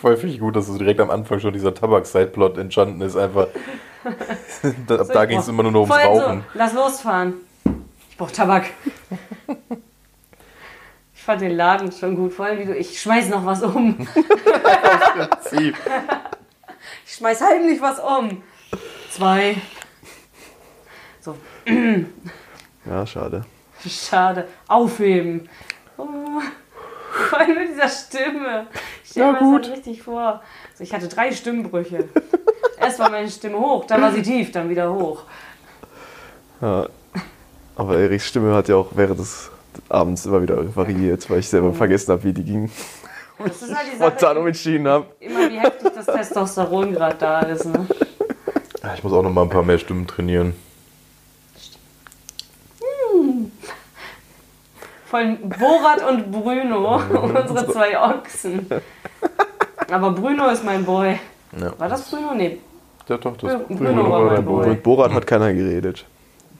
A: Voll finde ich gut, dass es direkt am Anfang schon dieser Tabak-Sideplot entstanden ist.
B: <laughs>
A: Einfach. Da- Ab da ging es immer nur noch ums
B: Vor allem
A: Rauchen.
B: So, lass losfahren. Ich brauch Tabak. Ich fand den Laden schon gut, vor allem wie du, ich schmeiß noch
A: <laughs>
B: was um.
A: Sie-
B: Ich schmeiß heimlich was um. Zwei. So,
C: Ja, schade.
B: Schade. Aufheben. Oh. Vor allem mit dieser Stimme. Ich
A: Na
B: stelle mir das
A: gut.
B: dann richtig vor. Also ich hatte drei Stimmbrüche. <laughs> Erst war meine Stimme hoch, dann war sie tief, dann wieder hoch.
C: Ja. Aber Erichs Stimme hat ja auch während des Abends immer wieder variiert, weil ich selber vergessen habe, wie die ging.
B: Das
A: <laughs>
B: ist halt Mhm. die
C: Spontan
B: Sache,
C: umentschieden habe.
B: immer wie heftig das Testosteron gerade da ist. Ne?
A: Ah, Ich muss auch noch mal ein paar mehr Stimmen trainieren.
B: Von Borat
A: <laughs>
B: und Bruno, <laughs> unsere zwei Ochsen. Aber Bruno ist mein Boy.
A: Ja.
B: War das Bruno? Nee.
A: Ja, doch, das
B: Bruno war mein Boy.
C: Mit Borat hat keiner geredet.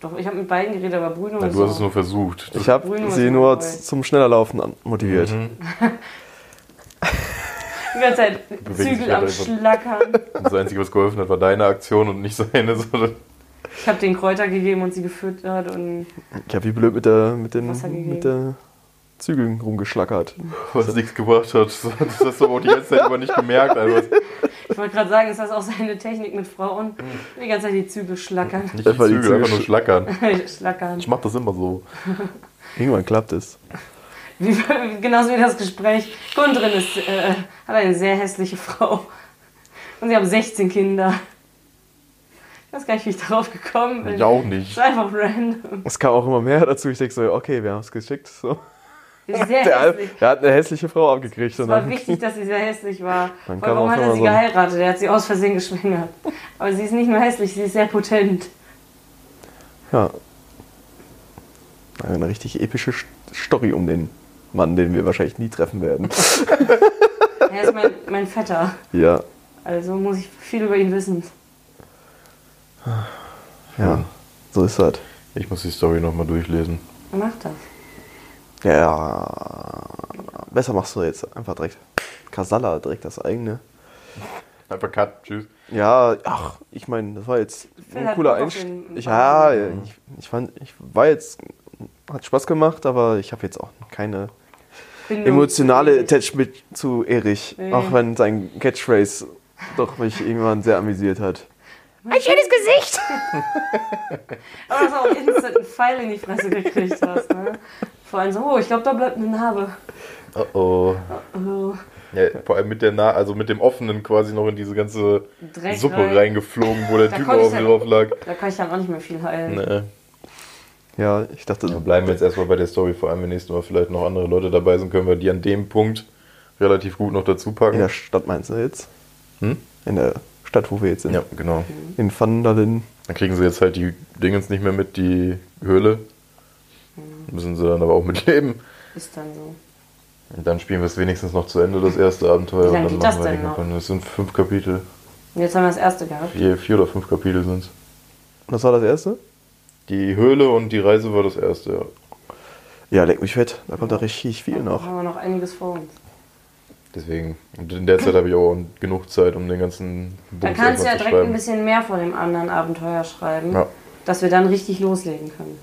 B: Doch, ich habe mit beiden geredet, aber Bruno
A: Ja,
B: ist
A: du hast
B: so-
A: es nur versucht.
B: Bruno
C: Ich habe
B: ist
C: sie
B: mein
C: nur
B: Boy.
C: z- zum Schnellerlaufen an- motiviert.
B: die ganze Zeit
A: Bewegt sich
B: Zügel
A: halt
B: am
A: einfach.
B: Schlackern.
A: Und das Einzige, was geholfen hat, war deine Aktion und nicht seine. <laughs> So, das-
B: Ich habe den Kräuter gegeben und sie gefüttert und
C: Ich habe wie blöd mit der, mit den,
B: Wasser gegeben. Mhm.
C: mit der Zügeln rumgeschlackert.
A: was nichts gebracht hat. So, Das hast du aber auch die ganze Zeit über nicht gemerkt. Also,
B: ich wollte gerade sagen, ist das auch seine Technik mit Frauen? Die ganze Zeit die Zügel schlackern. <laughs>
A: nicht die
C: Einfach die
A: Zügel,
C: Zügel
A: einfach nur schlackern.
B: schlackern.
A: Ich mach das immer so.
C: Irgendwann klappt es.
B: Wie, genauso wie das Gespräch. Gundrin ist, äh, hat eine sehr hässliche Frau. Und sie haben 16 Kinder. Ich weiß gar nicht, wie ich darauf gekommen bin.
A: Ich auch
B: Das
A: nicht.
B: ist einfach random.
C: Es kam auch immer mehr dazu. Ich denke so, okay, wir haben es geschickt. So.
B: Sie ist Sehr
C: Der,
B: hässlich.
C: der hat eine hässliche Frau abgekriegt.
B: Es
C: Und
B: war
C: dann,
B: wichtig, dass sie sehr hässlich war.
C: Dann kann
B: Warum
C: man
B: hat
C: schon
B: er
C: mal
B: sie
C: so-
B: geheiratet? Er hat sie aus Versehen geschwängert. Aber sie ist nicht nur hässlich, sie ist sehr potent.
C: ja. Eine richtig epische Sch- Story um den Mann, den wir wahrscheinlich nie treffen werden.
B: Er ist mein, mein Vetter.
C: ja.
B: Also muss ich viel über ihn wissen.
C: Ja. So ist das.
A: Ich muss die Story nochmal durchlesen.
B: Er macht das.
C: Ja. Besser machst du jetzt einfach direkt. Kasala, direkt das eigene.
A: Einfach cut. Tschüss.
C: Ja, ach, ich meine, das war jetzt
B: Phil
C: ein
B: hat
C: cooler
B: Bock auf
C: Einstieg.
B: den-
C: Ich, ja, ich, ich fand, ich war jetzt, hat Spaß gemacht, aber ich habe jetzt auch keine
B: Bindung.
C: emotionale Attachment zu Erich.
B: Nee.
C: Auch wenn sein Catchphrase doch mich irgendwann sehr amüsiert hat.
D: Ein schönes Gesicht!
B: Aber dass du auch instant einen Pfeil in die Fresse gekriegt hast, ne? Vor allem so, oh, ich glaube, da bleibt eine Narbe.
A: Oh oh.
B: Oh,
A: Ja, vor allem mit der Na also mit dem offenen quasi noch in diese ganze
B: Dreck
A: Suppe
B: rein.
A: reingeflogen, wo der
B: Da
A: Typ
B: konnte
A: auf
B: ich ja-
A: drauf lag.
B: da kann ich dann auch nicht mehr viel heilen.
A: Nee.
C: Ja, ich dachte,
A: Dann bleiben wir jetzt erstmal bei der Story, vor allem wenn nächstes Mal vielleicht noch andere Leute dabei sind, können wir die an dem Punkt relativ gut noch dazu packen.
C: in der Stadt meinst du jetzt?
A: Hm?
C: In der Stadt, wo wir jetzt sind.
A: ja genau.
C: In Vandalin.
A: Dann kriegen sie jetzt halt die Dingens nicht mehr mit, die Höhle. Müssen sie dann aber auch mit leben.
B: Ist dann so.
A: Und dann spielen wir es wenigstens noch zu Ende, das erste Abenteuer.
B: Wie lange
A: und dann
B: geht das
A: wir
B: denn
A: die
B: noch?
A: Kampagne. Das sind fünf Kapitel.
B: Und jetzt haben wir das erste gehabt.
A: Vier, vier oder fünf Kapitel sind
C: Und das war das erste?
A: Die Höhle und die Reise war das erste. Ja.
C: Ja, leck mich fett. Da kommt da richtig viel
B: Da
C: noch.
B: haben wir noch einiges vor uns.
A: Deswegen. Und in der Zeit habe ich auch genug Zeit, um den ganzen Bums
B: Da kannst du
A: erstmal
B: ja
A: zu
B: direkt ein bisschen mehr von dem anderen Abenteuer schreiben,
A: Ja.
B: dass wir dann richtig loslegen können.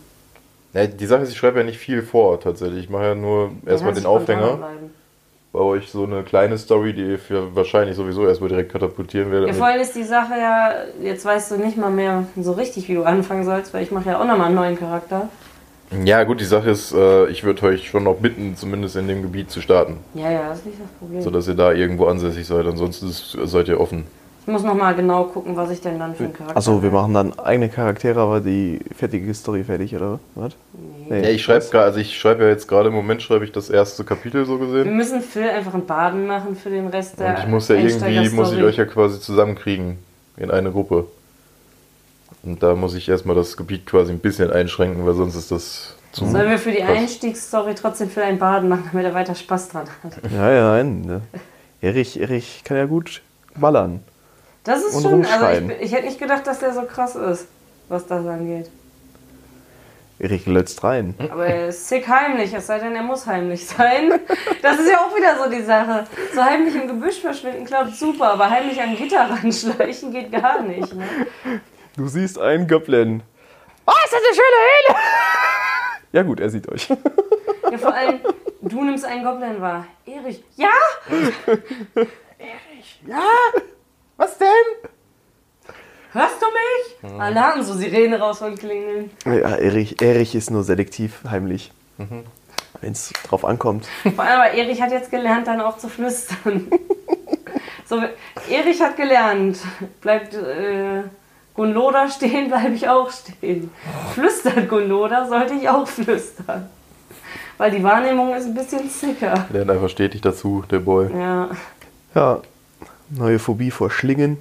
A: Ja, die Sache ist, ich schreibe ja nicht viel vor, tatsächlich. Ich mache ja nur
B: Da
A: erstmal
B: kannst
A: den
B: du spontan
A: Aufhänger.
B: bleiben.
A: Bei euch so eine kleine Story, die wir wahrscheinlich sowieso erstmal direkt katapultieren werde.
B: Ja, vor allem ist die Sache ja, jetzt weißt du nicht mal mehr so richtig, wie du anfangen sollst, weil ich mache ja auch nochmal einen neuen Charakter.
A: Ja, gut, die Sache ist, äh, ich würde euch schon noch bitten, zumindest in dem Gebiet zu starten,
B: Ja, ja, das ist nicht das Problem.
A: sodass ihr da irgendwo ansässig seid. Ansonsten ist, seid ihr offen.
B: Ich muss nochmal genau gucken, was ich denn dann für einen Charakter
C: Achso, wir
B: habe.
C: machen dann eigene Charaktere, aber die fertige Story fertig, oder was? Nee.
A: Ja, ich schreibe also ich schreibe ja jetzt gerade im Moment schreibe ich das erste Kapitel so
B: Wir
A: gesehen.
B: müssen Phil einfach einen Baden machen für den Rest Mhm. der
A: Und ich muss ja irgendwie muss ich
B: Einsteigerstory.
A: euch ja quasi zusammenkriegen in eine Gruppe. Und da muss ich erstmal das Gebiet quasi ein bisschen einschränken, weil sonst ist das zu.
B: Sollen wir für die
A: krass.
B: Einstiegsstory trotzdem Phil einen Baden machen, damit er weiter Spaß dran hat?
C: Ja, ja, nein. ne. Erich, Erich kann ja gut ballern.
B: Das ist
C: Und
B: schon, also ich,
C: rumschreien.
B: bin- ich hätte nicht gedacht, dass der so krass ist, was das angeht.
C: Erich lötzt rein.
B: Aber er ist sick heimlich, es sei denn, er muss heimlich sein. Das ist ja auch wieder so die Sache. So heimlich im Gebüsch verschwinden klappt super, aber heimlich an Gitter <laughs> ranschleichen geht gar nicht. Ne?
C: Du siehst einen Goblin.
D: Oh, ist das eine schöne Höhle! <laughs>
C: Ja gut, er sieht euch.
B: Ja, vor allem, du nimmst einen Goblin wahr. Erich, ja?
C: Was denn?
B: Hörst du mich? Alarm, so Sirene raus und klingeln.
C: Ja, Erich, Erich ist nur selektiv, heimlich. Wenn es drauf ankommt.
B: Vor allem, aber Erich hat jetzt gelernt, dann auch zu flüstern. So, Erich hat gelernt, bleibt äh, Gunloda stehen, bleibe ich auch stehen. Flüstert Gunloda, sollte ich auch flüstern. Weil die Wahrnehmung ist ein bisschen zicker.
A: Lernt einfach stetig dazu, der Boy.
B: Ja, <laughs>
C: Ja, neue Phobie vor Schlingen.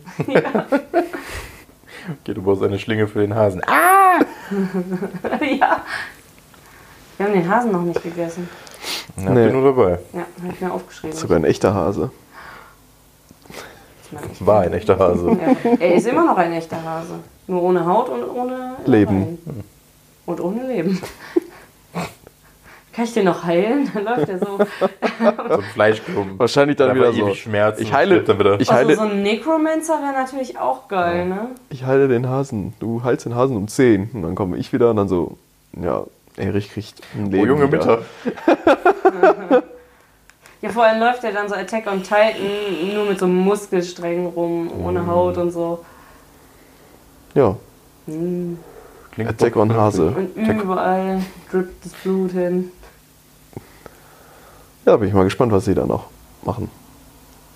A: Geht über seine Schlinge für den Hasen. Ah,
B: ja. Wir haben den Hasen noch nicht gegessen.
A: Na,
C: Nee.
A: bin nur dabei.
B: Ja, habe ich mir aufgeschrieben.
C: Sogar ein echter Hase.
B: Ich meine, ich-
A: War ein echter Hase.
B: <laughs> Ja. Er ist immer noch ein echter Hase. Nur ohne Haut und ohne
C: Leben.
B: Bein. Und ohne Leben. Kann ich den noch heilen? Dann läuft er so.
A: So ein Fleischklumpen.
C: Wahrscheinlich dann
A: Hat
C: wieder
A: aber
C: so.
A: ewig Schmerzen.
C: Ich heile-
A: Stirbt Dann wieder.
C: <laughs> ich-
B: Also
C: heile-
B: so ein Necromancer wäre natürlich auch geil, ne?
C: Ich heile den Hasen. Du heilst den Hasen um 10. Und dann komme ich wieder und dann so, ja, Erich kriegt ein Leben.
A: oh, Junge,
C: wieder.
A: Mittag.
B: Ja, vor allem läuft er dann so Attack on Titan nur mit so Muskelsträngen rum,
C: Mm.
B: ohne Haut und so.
C: Ja,
A: Klingt
C: Attack on Hase.
B: Und überall drippt das Blut hin.
C: Ja, bin ich mal gespannt, was sie da noch machen.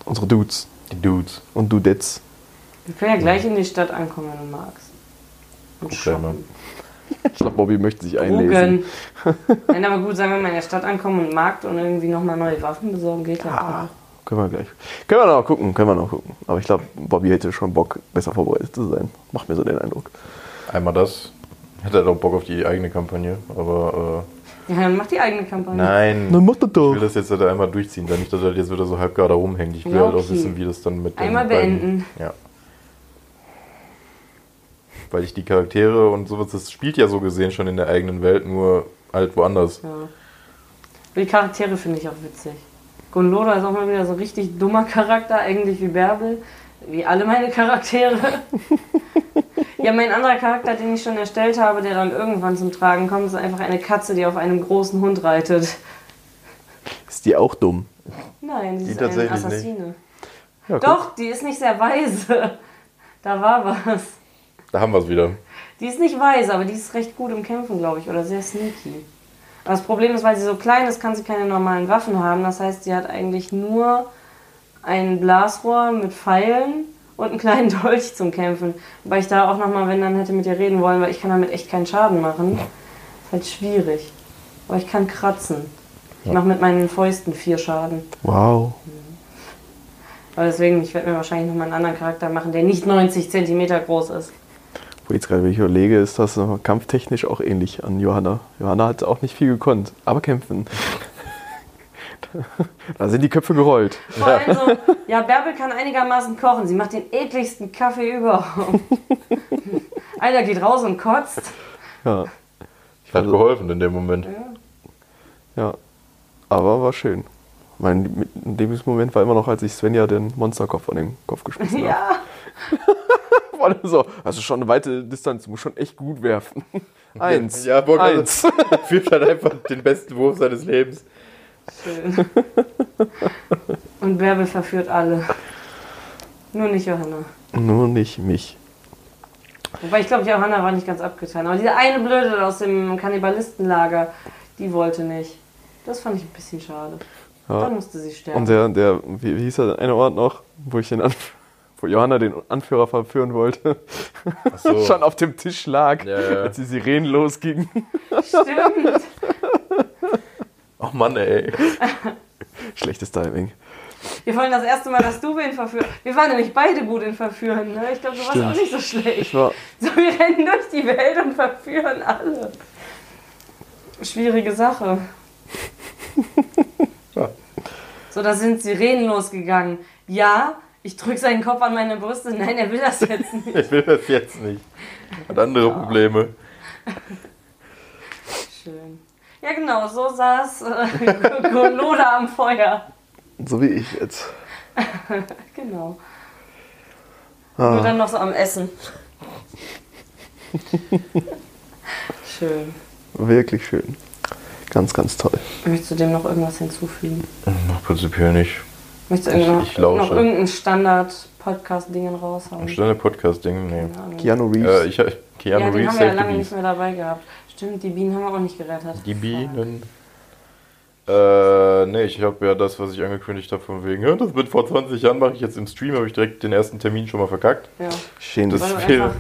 C: Unsere Dudes
A: Die Dudes.
C: und <laughs> Dudettes.
B: Wir können ja gleich in die Stadt ankommen, wenn du magst. Und
C: ne?
A: Kleiner.
B: shoppen.
C: Ich glaube, Bobby möchte sich einlesen.
B: Drogen. Nein, aber gut, sagen wir mal in der Stadt ankommen und Markt und irgendwie nochmal neue Waffen besorgen, geht ja auch.
C: Können wir gleich. Können wir noch gucken, können wir noch gucken. Aber ich glaube, Bobby hätte schon Bock, besser vorbereitet zu sein. Macht mir so den Eindruck.
A: Einmal das. Hätte er doch Bock auf die eigene Kampagne, aber
B: Ja, dann mach die eigene
A: äh,
B: Kampagne.
A: nein.
C: Dann macht das
A: Ich will
C: doch.
A: das jetzt halt einmal durchziehen, dann nicht, dass er jetzt wieder so halb gerade rumhängt. Ich will
B: Ja,
A: halt auch
B: okay.
A: wissen, wie das dann mit. den
B: Einmal
A: beiden-
B: beenden.
A: Ja. Weil ich die Charaktere und sowas, das spielt ja so gesehen schon in der eigenen Welt, nur halt woanders.
B: Ja. Die Charaktere finde ich auch witzig. Gunloda ist auch mal wieder so ein richtig dummer Charakter, eigentlich wie Bärbel, wie alle meine Charaktere. ja, mein anderer Charakter, den ich schon erstellt habe, der dann irgendwann zum Tragen kommt, ist einfach eine Katze, die auf einem großen Hund reitet.
C: Ist die auch dumm?
B: Nein, die,
A: Die
B: ist eine
A: tatsächlich
B: Assassine.
C: Ja, guck.
B: Doch, die ist nicht sehr weise. Da war was.
A: Da haben wir es wieder.
B: Die ist nicht weiß, aber die ist recht gut im Kämpfen, glaube ich, oder sehr sneaky. Aber das Problem ist, weil sie so klein ist, kann sie keine normalen Waffen haben. Das heißt, sie hat eigentlich nur ein Blasrohr mit Pfeilen und einen kleinen <laughs> Dolch zum Kämpfen. Wobei ich da auch nochmal, wenn dann hätte mit ihr reden wollen, weil ich kann damit echt keinen Schaden machen. Ist halt schwierig. Aber ich kann kratzen. Ich mache mit meinen Fäusten vier Schaden.
C: Wow.
B: Aber deswegen, ich werde mir wahrscheinlich nochmal einen anderen Charakter machen, der nicht 90 Zentimeter groß ist.
C: Wo ich jetzt gerade wenn ich überlege, ist das noch kampftechnisch auch ähnlich an Johanna. Johanna hat auch nicht viel gekonnt, aber kämpfen. <laughs> da sind die Köpfe gerollt.
B: Vor allem so, ja, Bärbel kann einigermaßen kochen. Sie macht den ekligsten Kaffee
C: <laughs>
B: überhaupt. Einer geht raus und kotzt.
C: Ja,
A: Hat geholfen in dem
B: <laughs>
A: Moment.
C: ja. Aber war schön. Mein Lebensmoment war immer noch, als ich Svenja den Monsterkopf an den Kopf geschmissen habe.
B: <laughs> Ja.
C: <laughs> Vor allem so, also schon eine weite Distanz, du musst schon echt gut werfen.
A: <laughs>
C: Eins.
A: Ja, Burg,
C: eins.
A: also, führt halt einfach den besten Wurf seines Lebens.
B: Schön. Und Bärbel verführt alle. Nur nicht Johanna.
C: <laughs> Nur nicht mich.
B: Wobei ich glaube, Johanna war nicht ganz abgetan. Aber diese eine Blöde aus dem Kannibalistenlager, die wollte nicht. Das fand ich ein bisschen schade. Dann musste sie sterben.
C: Und der, der wie, wie hieß der eine Ort noch, wo ich den Anf wo Johanna den Anführer verführen wollte,
A: so.
C: <laughs> schon auf dem Tisch lag,
A: Ja, ja.
C: als die
A: <laughs>
C: Sirenen losgingen.
B: Stimmt.
A: Oh Mann, ey.
C: Schlechtes Timing.
B: Wir wollen das erste Mal, dass du wen verführst. Wir waren nämlich beide gut in Verführen. Ne? Ich glaube, du warst
C: Stimmt.
B: auch nicht so schlecht.
C: Ich war,
B: So, wir rennen durch die Welt und verführen alle. Schwierige Sache.
A: Ja.
B: So, da sind Sirenen losgegangen. Ja, ich drücke seinen Kopf an meine Brüste. Nein, er will das
A: <laughs>
B: jetzt nicht.
A: Ich will das jetzt nicht. Hat andere Probleme.
B: Schön. Ja, genau, so saß äh, Goloda am Feuer. <laughs>
C: so wie ich jetzt.
B: Genau.
C: ah,
B: Nur dann noch so am Essen. Schön.
C: Wirklich schön. Ganz, ganz toll.
B: Möchtest du dem noch irgendwas hinzufügen?
A: Hm, Prinzipiell nicht.
B: Möchtest du irgend-
A: Ich- ich lausche.
B: noch irgendein Standard-Podcast-Dingen raushauen?
A: Standard Podcast-Ding, nee.
B: Keine Ahnung.
C: Keanu
A: Äh,
C: Reeves.
A: ich, Keanu
B: ja,
A: Reeves
B: den haben wir ja
A: sagt die
B: lange nicht
A: Bienen.
B: mehr dabei gehabt. Stimmt, die Bienen haben wir auch nicht gerettet.
A: Die Bienen. Äh, nee, ich habe ja das, was ich angekündigt habe, von wegen, "Ja, das mit vor 20 Jahren mache ich jetzt im Stream, habe ich direkt den ersten Termin schon mal verkackt.
B: Ja,
C: Schön,
A: das-
B: weil du
A: viel.
B: einfach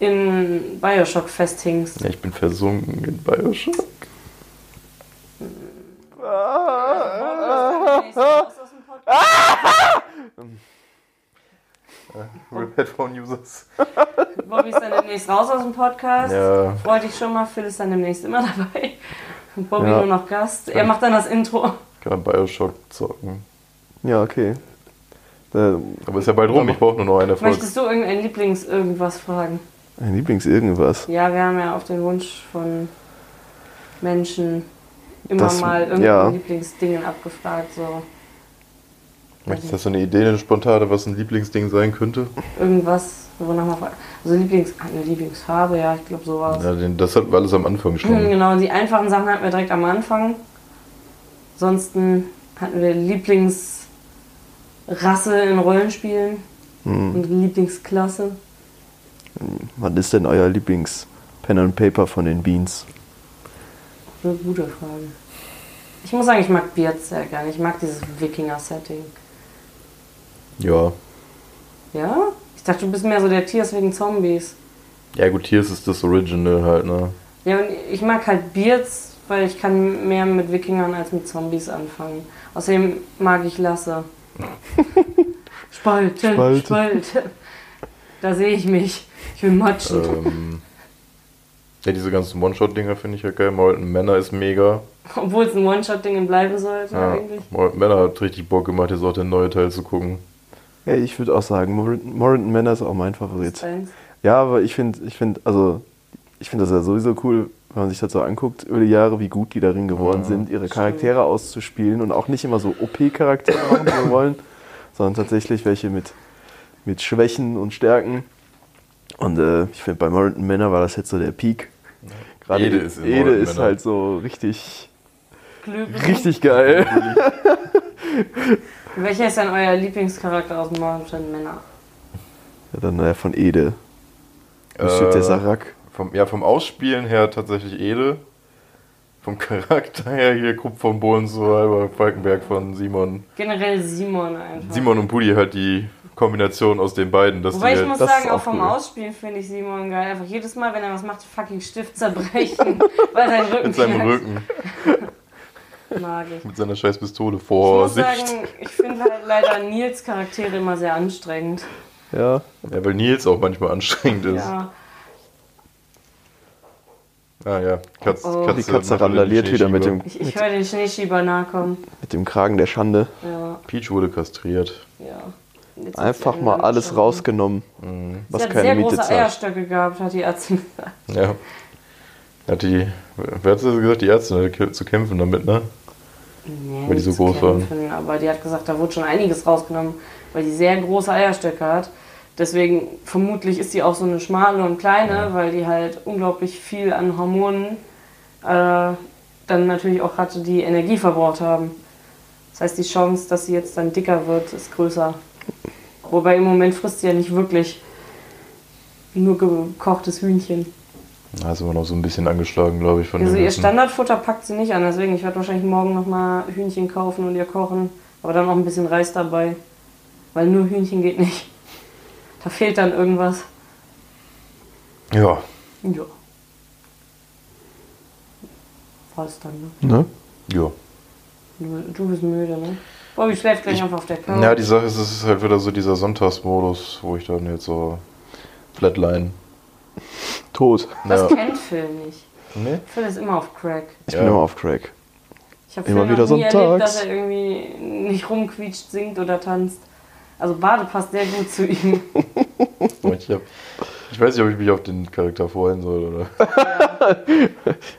B: in Bioshock festhingst.
A: Ja, ich bin versunken in Bioshock. Rip Headphone-Users.
B: Bobby ist dann demnächst raus aus dem Podcast.
A: Ja.
B: Wollte ich schon mal. Phil ist dann demnächst immer dabei. Und Bobby
C: Ja.
B: nur noch Gast. Er macht dann das Intro.
A: Kann Bioshock zocken.
C: Ja, okay. Äh,
A: Aber ist ja bald rum, ich brauche nur noch einen Erfolg.
B: Möchtest du irgendein Lieblings-Irgendwas fragen?
C: mein Lieblings-Irgendwas.
B: Ja, wir haben ja auf den Wunsch von Menschen immer
C: Das-
B: mal irgendein
C: ja.
B: Lieblingsdingen abgefragt. So
A: Möchtest du so eine Idee, eine spontane, was ein Lieblingsding sein könnte?
B: irgendwas, wonach man fragt. Also Lieblings, eine Lieblingsfarbe, ja, ich glaube sowas. <clears throat>
A: Ja, den, das hatten wir alles am Anfang
B: Hm,
A: schon.
B: Genau, die einfachen Sachen hatten wir direkt am Anfang. Ansonsten hatten wir Lieblingsrasse in Rollenspielen
C: Hm.
B: und Lieblingsklasse.
C: Was ist denn euer Lieblings-Pen and Paper von den Beans?
B: Eine gute Frage. Ich muss sagen, ich mag Beard sehr gerne. Ich mag dieses Wikinger-Setting.
A: Ja.
B: Ja? Ich dachte, du bist mehr so der Tiers wegen Zombies.
A: Ja gut, hier ist es das Original halt, ne?
B: Ja, und ich mag halt Beards, weil ich kann mehr mit Wikingern als mit Zombies anfangen. Außerdem mag ich Lasse. Spalte,
C: Spalte.
B: Spalte. Da sehe ich mich. Ich will matschen.
A: ähm, ja, diese ganzen One-Shot-Dinger finde ich ja geil. Molten Männer ist mega.
B: Obwohl es ein One-Shot-Ding bleiben sollte
A: Ja,
B: eigentlich.
A: Molten Männer hat richtig Bock gemacht, jetzt auch den neuen Teil zu gucken.
C: Ja, ich würde auch sagen, Morrington Manor ist auch mein Favorit.
B: Eins.
C: Ja, aber ich finde, ich finde, also, ich finde das ja sowieso cool, wenn man sich das so anguckt, über die Jahre, wie gut die darin geworden sind, ihre Charaktere auszuspielen und auch nicht immer so OP-Charaktere machen zu wollen, sondern tatsächlich welche mit, mit Schwächen und Stärken. Und äh, ich finde, bei Morrington Manor war das jetzt so der Peak. Gerade
A: Ede ist in
C: Ede
A: Morrington
C: ist
A: Manor.
C: halt so richtig,
B: Glühwein.
C: richtig geil.
B: Welcher ist denn euer Lieblingscharakter aus Morgenstern Männer?
C: Ja, dann der von äh, Ede. Monsieur
A: Äh,
C: Tesserac.
A: Vom, ja, vom Ausspielen her tatsächlich Ede. Vom <laughs> Charakter her hier Krupp von Bohlen so halber Falkenberg von Simon.
B: Generell Simon einfach.
A: Simon und Pudi halt die Kombination aus den beiden. Dass die
B: Wobei ich
A: halt,
B: muss
C: das ist
B: sagen, auch
C: auch
B: vom
C: cool.
B: Ausspielen finde ich Simon geil. Einfach jedes Mal, wenn er was macht, fucking Stift zerbrechen, <laughs> weil sein Rücken
A: mit seinem
B: knackt.
A: Rücken,
B: Mag ich.
A: mit seiner scheiß Pistole
B: Ich
A: vor
B: muss
A: Sicht.
B: sagen, ich finde halt leider Nils Charaktere immer sehr anstrengend.
C: Ja.
A: Ja, weil Nils auch manchmal anstrengend ist.
B: Ja.
A: Ah ja, Katz,
B: Oh.
A: Katze,
C: Die Katze
A: macht wieder
C: randaliert wieder mit dem,
B: Ich, ich höre den Schneeschieber nahe kommen.
C: mit dem Kragen der Schande.
B: Ja,
A: Peach wurde kastriert.
B: ja. Jetzt
C: Einfach
B: ist er
C: mal alles
B: angeschossen.
C: rausgenommen,
B: Sie
C: was
B: hat sehr
C: keine
B: große
C: Miete zahlt.
B: Eierstöcke gehabt, hat die Ärztin gesagt.
A: Ja. Hat die, wer hat das gesagt? Die Ärztin hatte zu kämpfen damit, ne?
B: Nee,
A: Weil die
B: nicht
A: so
B: zu
A: groß waren.
B: kämpfen, Aber die hat gesagt, da wurde schon einiges rausgenommen, weil die sehr große Eierstöcke hat. Deswegen vermutlich ist die auch so eine schmale und kleine, weil die halt unglaublich viel an Hormonen äh, dann natürlich auch hatte, die Energie verbraucht haben. Das heißt, die Chance, dass sie jetzt dann dicker wird, ist größer. Wobei im Moment frisst sie ja nicht wirklich nur gekochtes Hühnchen.
A: Da ist immer noch so ein bisschen angeschlagen, glaube ich, von
B: Also
A: dem
B: ihr
A: Essen.
B: Standardfutter packt sie nicht an, deswegen ich werde wahrscheinlich morgen nochmal Hühnchen kaufen und ihr kochen, aber dann auch ein bisschen Reis dabei, weil nur Hühnchen geht nicht. Da fehlt dann irgendwas.
A: Ja,
B: Ja. War's dann, ne?
C: Ne?
A: ja.
B: Du, du bist müde, ne? Bobby schläft gleich
A: Ich-
B: einfach auf der Couch.
A: Ja, die Sache ist, es ist halt wieder so dieser Sonntagsmodus, wo ich dann jetzt so Flatline.
C: Tot.
B: das
A: Ja.
B: kennt Phil nicht.
A: Nee?
B: Phil ist immer auf Crack.
C: Ich
A: Ja.
C: bin immer auf Crack.
B: Ich habe
C: Immer
B: Phil noch
C: wieder
B: nie erlebt,
C: sonntags.
B: dass er irgendwie nicht rumquietscht, singt oder tanzt. Also Bade passt sehr gut zu ihm.
A: Ich, hab, ich weiß nicht, ob ich mich auf den Charakter freuen soll oder.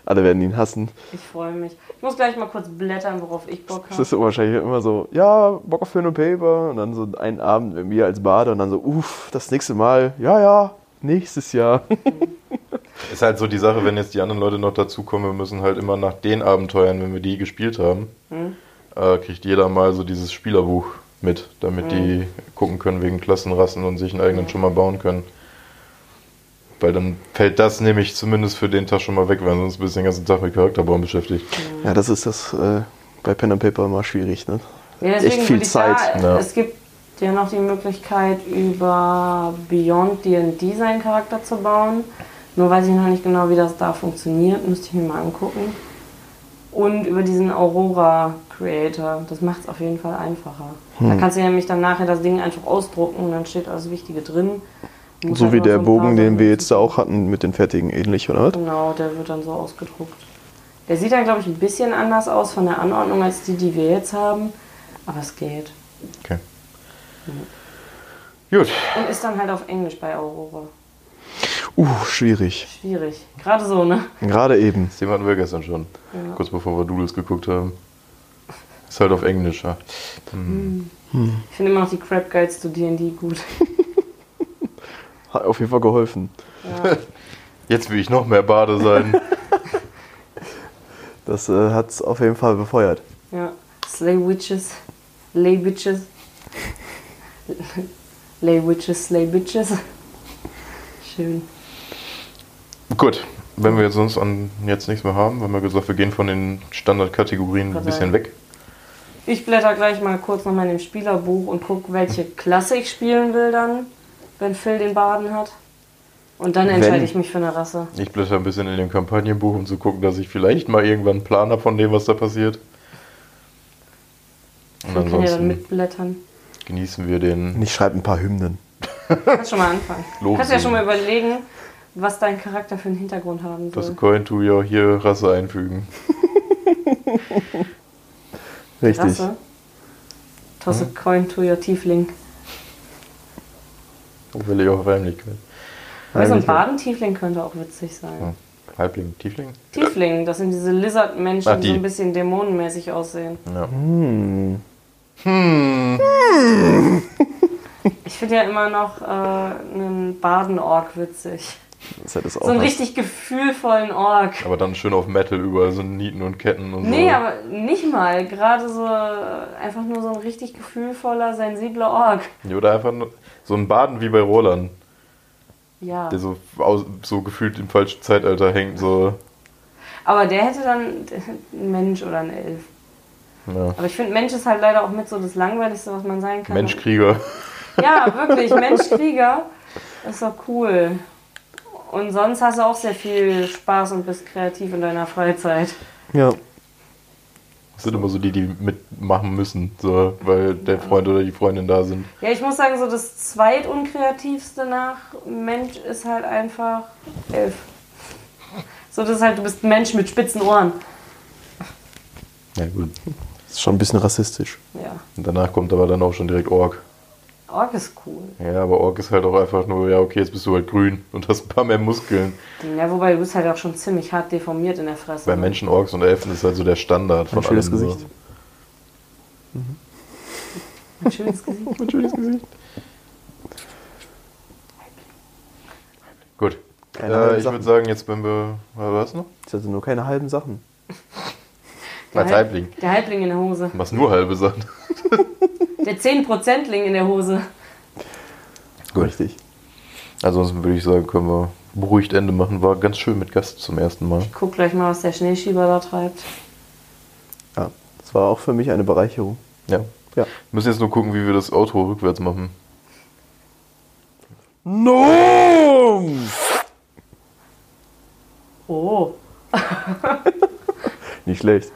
C: Alle werden ihn hassen.
B: Ich freue mich. Ich muss gleich mal kurz blättern, worauf ich Bock
C: Es ist
B: habe.
C: so wahrscheinlich immer so, ja, Bock auf Pen und Paper. Und dann so einen Abend mit mir als Bade und dann so, uff, das nächste Mal, ja, ja, nächstes Jahr. <laughs>
A: Ist halt so die Sache, wenn jetzt die anderen Leute noch dazukommen, wir müssen halt immer nach den Abenteuern, wenn wir die gespielt haben, äh, kriegt jeder mal so dieses Spielerbuch mit, damit die gucken können wegen Klassenrassen und sich einen eigenen schon mal bauen können. Weil dann fällt das nämlich zumindest für den Tag schon mal weg, weil sonst bist du den ganzen Tag mit Charakterbauen beschäftigt.
C: Ja, das ist das äh, bei Pen and Paper immer schwierig, ne?
B: Ja,
C: Echt
B: deswegen
C: viel
B: würde ich
C: Zeit, ne?
B: Da,
A: ja.
B: Es gibt ja noch die Möglichkeit, über Beyond D&D seinen Charakter zu bauen. Nur weiß ich noch nicht genau, wie das da funktioniert. Müsste ich mir mal angucken. Und über diesen Aurora Creator. Das macht es auf jeden Fall einfacher. Da
C: Hm.
B: kannst du nämlich dann nachher das Ding einfach ausdrucken und dann steht alles Wichtige drin. Du musst
C: So
B: halt
C: wie
B: nur
C: der
B: ein paar
C: Bogen, den
B: Sachen
C: wir jetzt da auch hatten, mit den fertigen ähnlich, oder was?
B: Genau, der wird dann so ausgedruckt. Der sieht dann, glaube ich, ein bisschen anders aus von der Anordnung als die, die wir jetzt haben. Aber es geht.
A: Okay. Gut.
B: Und ist dann halt auf Englisch bei Aurora. Oh.
C: Uh, schwierig.
B: Schwierig. Gerade so, ne?
C: Gerade eben.
A: Das Thema hatten wir gestern schon.
B: Ja.
A: Kurz bevor wir Doodles geguckt haben. Ist halt auf Englisch, ja. Hm.
B: Ich finde immer noch die Crap Guides zu D&D gut. <laughs>
C: Hat auf jeden Fall geholfen.
B: Ja.
A: Jetzt will ich noch mehr Bade sein.
C: Das äh, hat es auf jeden Fall befeuert.
B: ja. Slay Witches. Lay Bitches. <laughs> Lay Witches, Slay Bitches. Schön.
A: Gut. Wenn wir jetzt sonst an jetzt nichts mehr haben, haben wir gesagt, wir gehen von den Standardkategorien ein
B: Gott
A: bisschen
B: sei
A: weg.
B: Ich blätter gleich mal kurz noch mal in dem Spielerbuch und guck, welche Klasse ich spielen will dann, wenn Phil den Baden hat. Und dann entscheide
C: Wenn-
B: ich mich für eine Rasse.
A: Ich blätter ein bisschen in dem Kampagnenbuch, um zu gucken, dass ich vielleicht mal irgendwann einen Plan habe von dem, was da passiert. Und
B: Phil kann ja dann
A: ansonsten
B: mitblättern.
A: genießen wir den.
C: Und ich schreibe ein paar Hymnen.
B: Kannst schon
A: <laughs>
B: mal anfangen.
A: Lob
B: Kannst ja
A: singen.
B: schon mal überlegen, was dein Charakter für einen Hintergrund haben
A: Das
B: soll.
A: Coin to your hier Rasse einfügen.
C: Richtig.
B: Rasse. Toss a coin to your Tiefling.
A: Hoffentlich auch auf Heimlichkeit.
B: Weil so Also ein
C: Heimlich.
B: Badentiefling könnte auch witzig sein.
A: Ja. Halbling, Tiefling?
B: Tiefling, das sind diese Lizard-Menschen,
A: Ach,
B: die so
A: die.
B: ein bisschen dämonenmäßig aussehen.
A: Ja.
B: Ich finde ja immer noch äh, einen Baden-Ork witzig.
C: Das hat es auch
B: So einen
C: was.
B: richtig gefühlvollen Ork.
A: Aber dann schön auf Metal überall, so Nieten und Ketten und
B: Nee,
A: so.
B: aber nicht mal. Gerade so äh, einfach nur so ein richtig gefühlvoller, sensibler Ork.
A: Ja, Oder einfach nur so ein Baden wie bei Roland.
B: Ja.
A: der so, aus, so gefühlt im falschen Zeitalter hängt. So.
B: Aber der hätte dann ein Mensch oder ein Elf.
A: Ja.
B: Aber ich finde, Mensch ist halt leider auch mit so das Langweiligste, was man sein kann.
A: Menschkrieger.
B: Ja, wirklich, Menschkrieger. Das ist doch cool. Und sonst hast du auch sehr viel Spaß und bist kreativ in deiner Freizeit.
C: Ja.
A: Das sind immer so die, die mitmachen müssen, so, weil der Freund oder die Freundin da sind.
B: Ja, ich muss sagen, so das zweitunkreativste nach Mensch ist halt einfach elf. So, das ist halt, du bist ein Mensch mit spitzen Ohren.
A: Ja, gut.
C: Ist schon ein bisschen rassistisch.
B: Ja.
A: Und danach kommt aber dann auch schon direkt Ork.
B: Org ist cool.
A: Ja, aber Ork ist halt auch einfach nur, ja, okay, jetzt bist du halt grün und hast ein paar mehr Muskeln.
B: Ja, wobei du bist halt auch schon ziemlich hart deformiert in der Fresse.
A: Bei Menschen, Orks und Elfen ist halt so der Standard von
C: Ein schönes
A: allem, ne? so.
C: Gesicht.
B: Ein
A: <laughs>
B: schönes Gesicht.
A: Ein schönes Gesicht. Gut.
C: Keine halben
A: Äh, ich
C: Sachen.
A: würde sagen, jetzt wenn wir. äh, Was noch?
C: Ich hatte nur keine halben Sachen.
B: Der
A: Als
B: Halb-
A: Halbling.
B: Der Halbling in der Hose.
A: Was nur halbe Sachen.
B: Der 10%ling in der Hose.
A: Gut.
C: Richtig.
A: Ansonsten Also würde ich sagen, können wir beruhigt Ende machen. War ganz schön mit Gast zum ersten Mal.
B: Guck gleich mal, was der Schneeschieber da treibt.
C: Ja. Das war auch für mich eine Bereicherung.
A: Ja. Wir
C: Ja.
A: müssen jetzt nur gucken, wie wir das Auto rückwärts machen.
C: No!
B: Oh.
C: Nicht schlecht.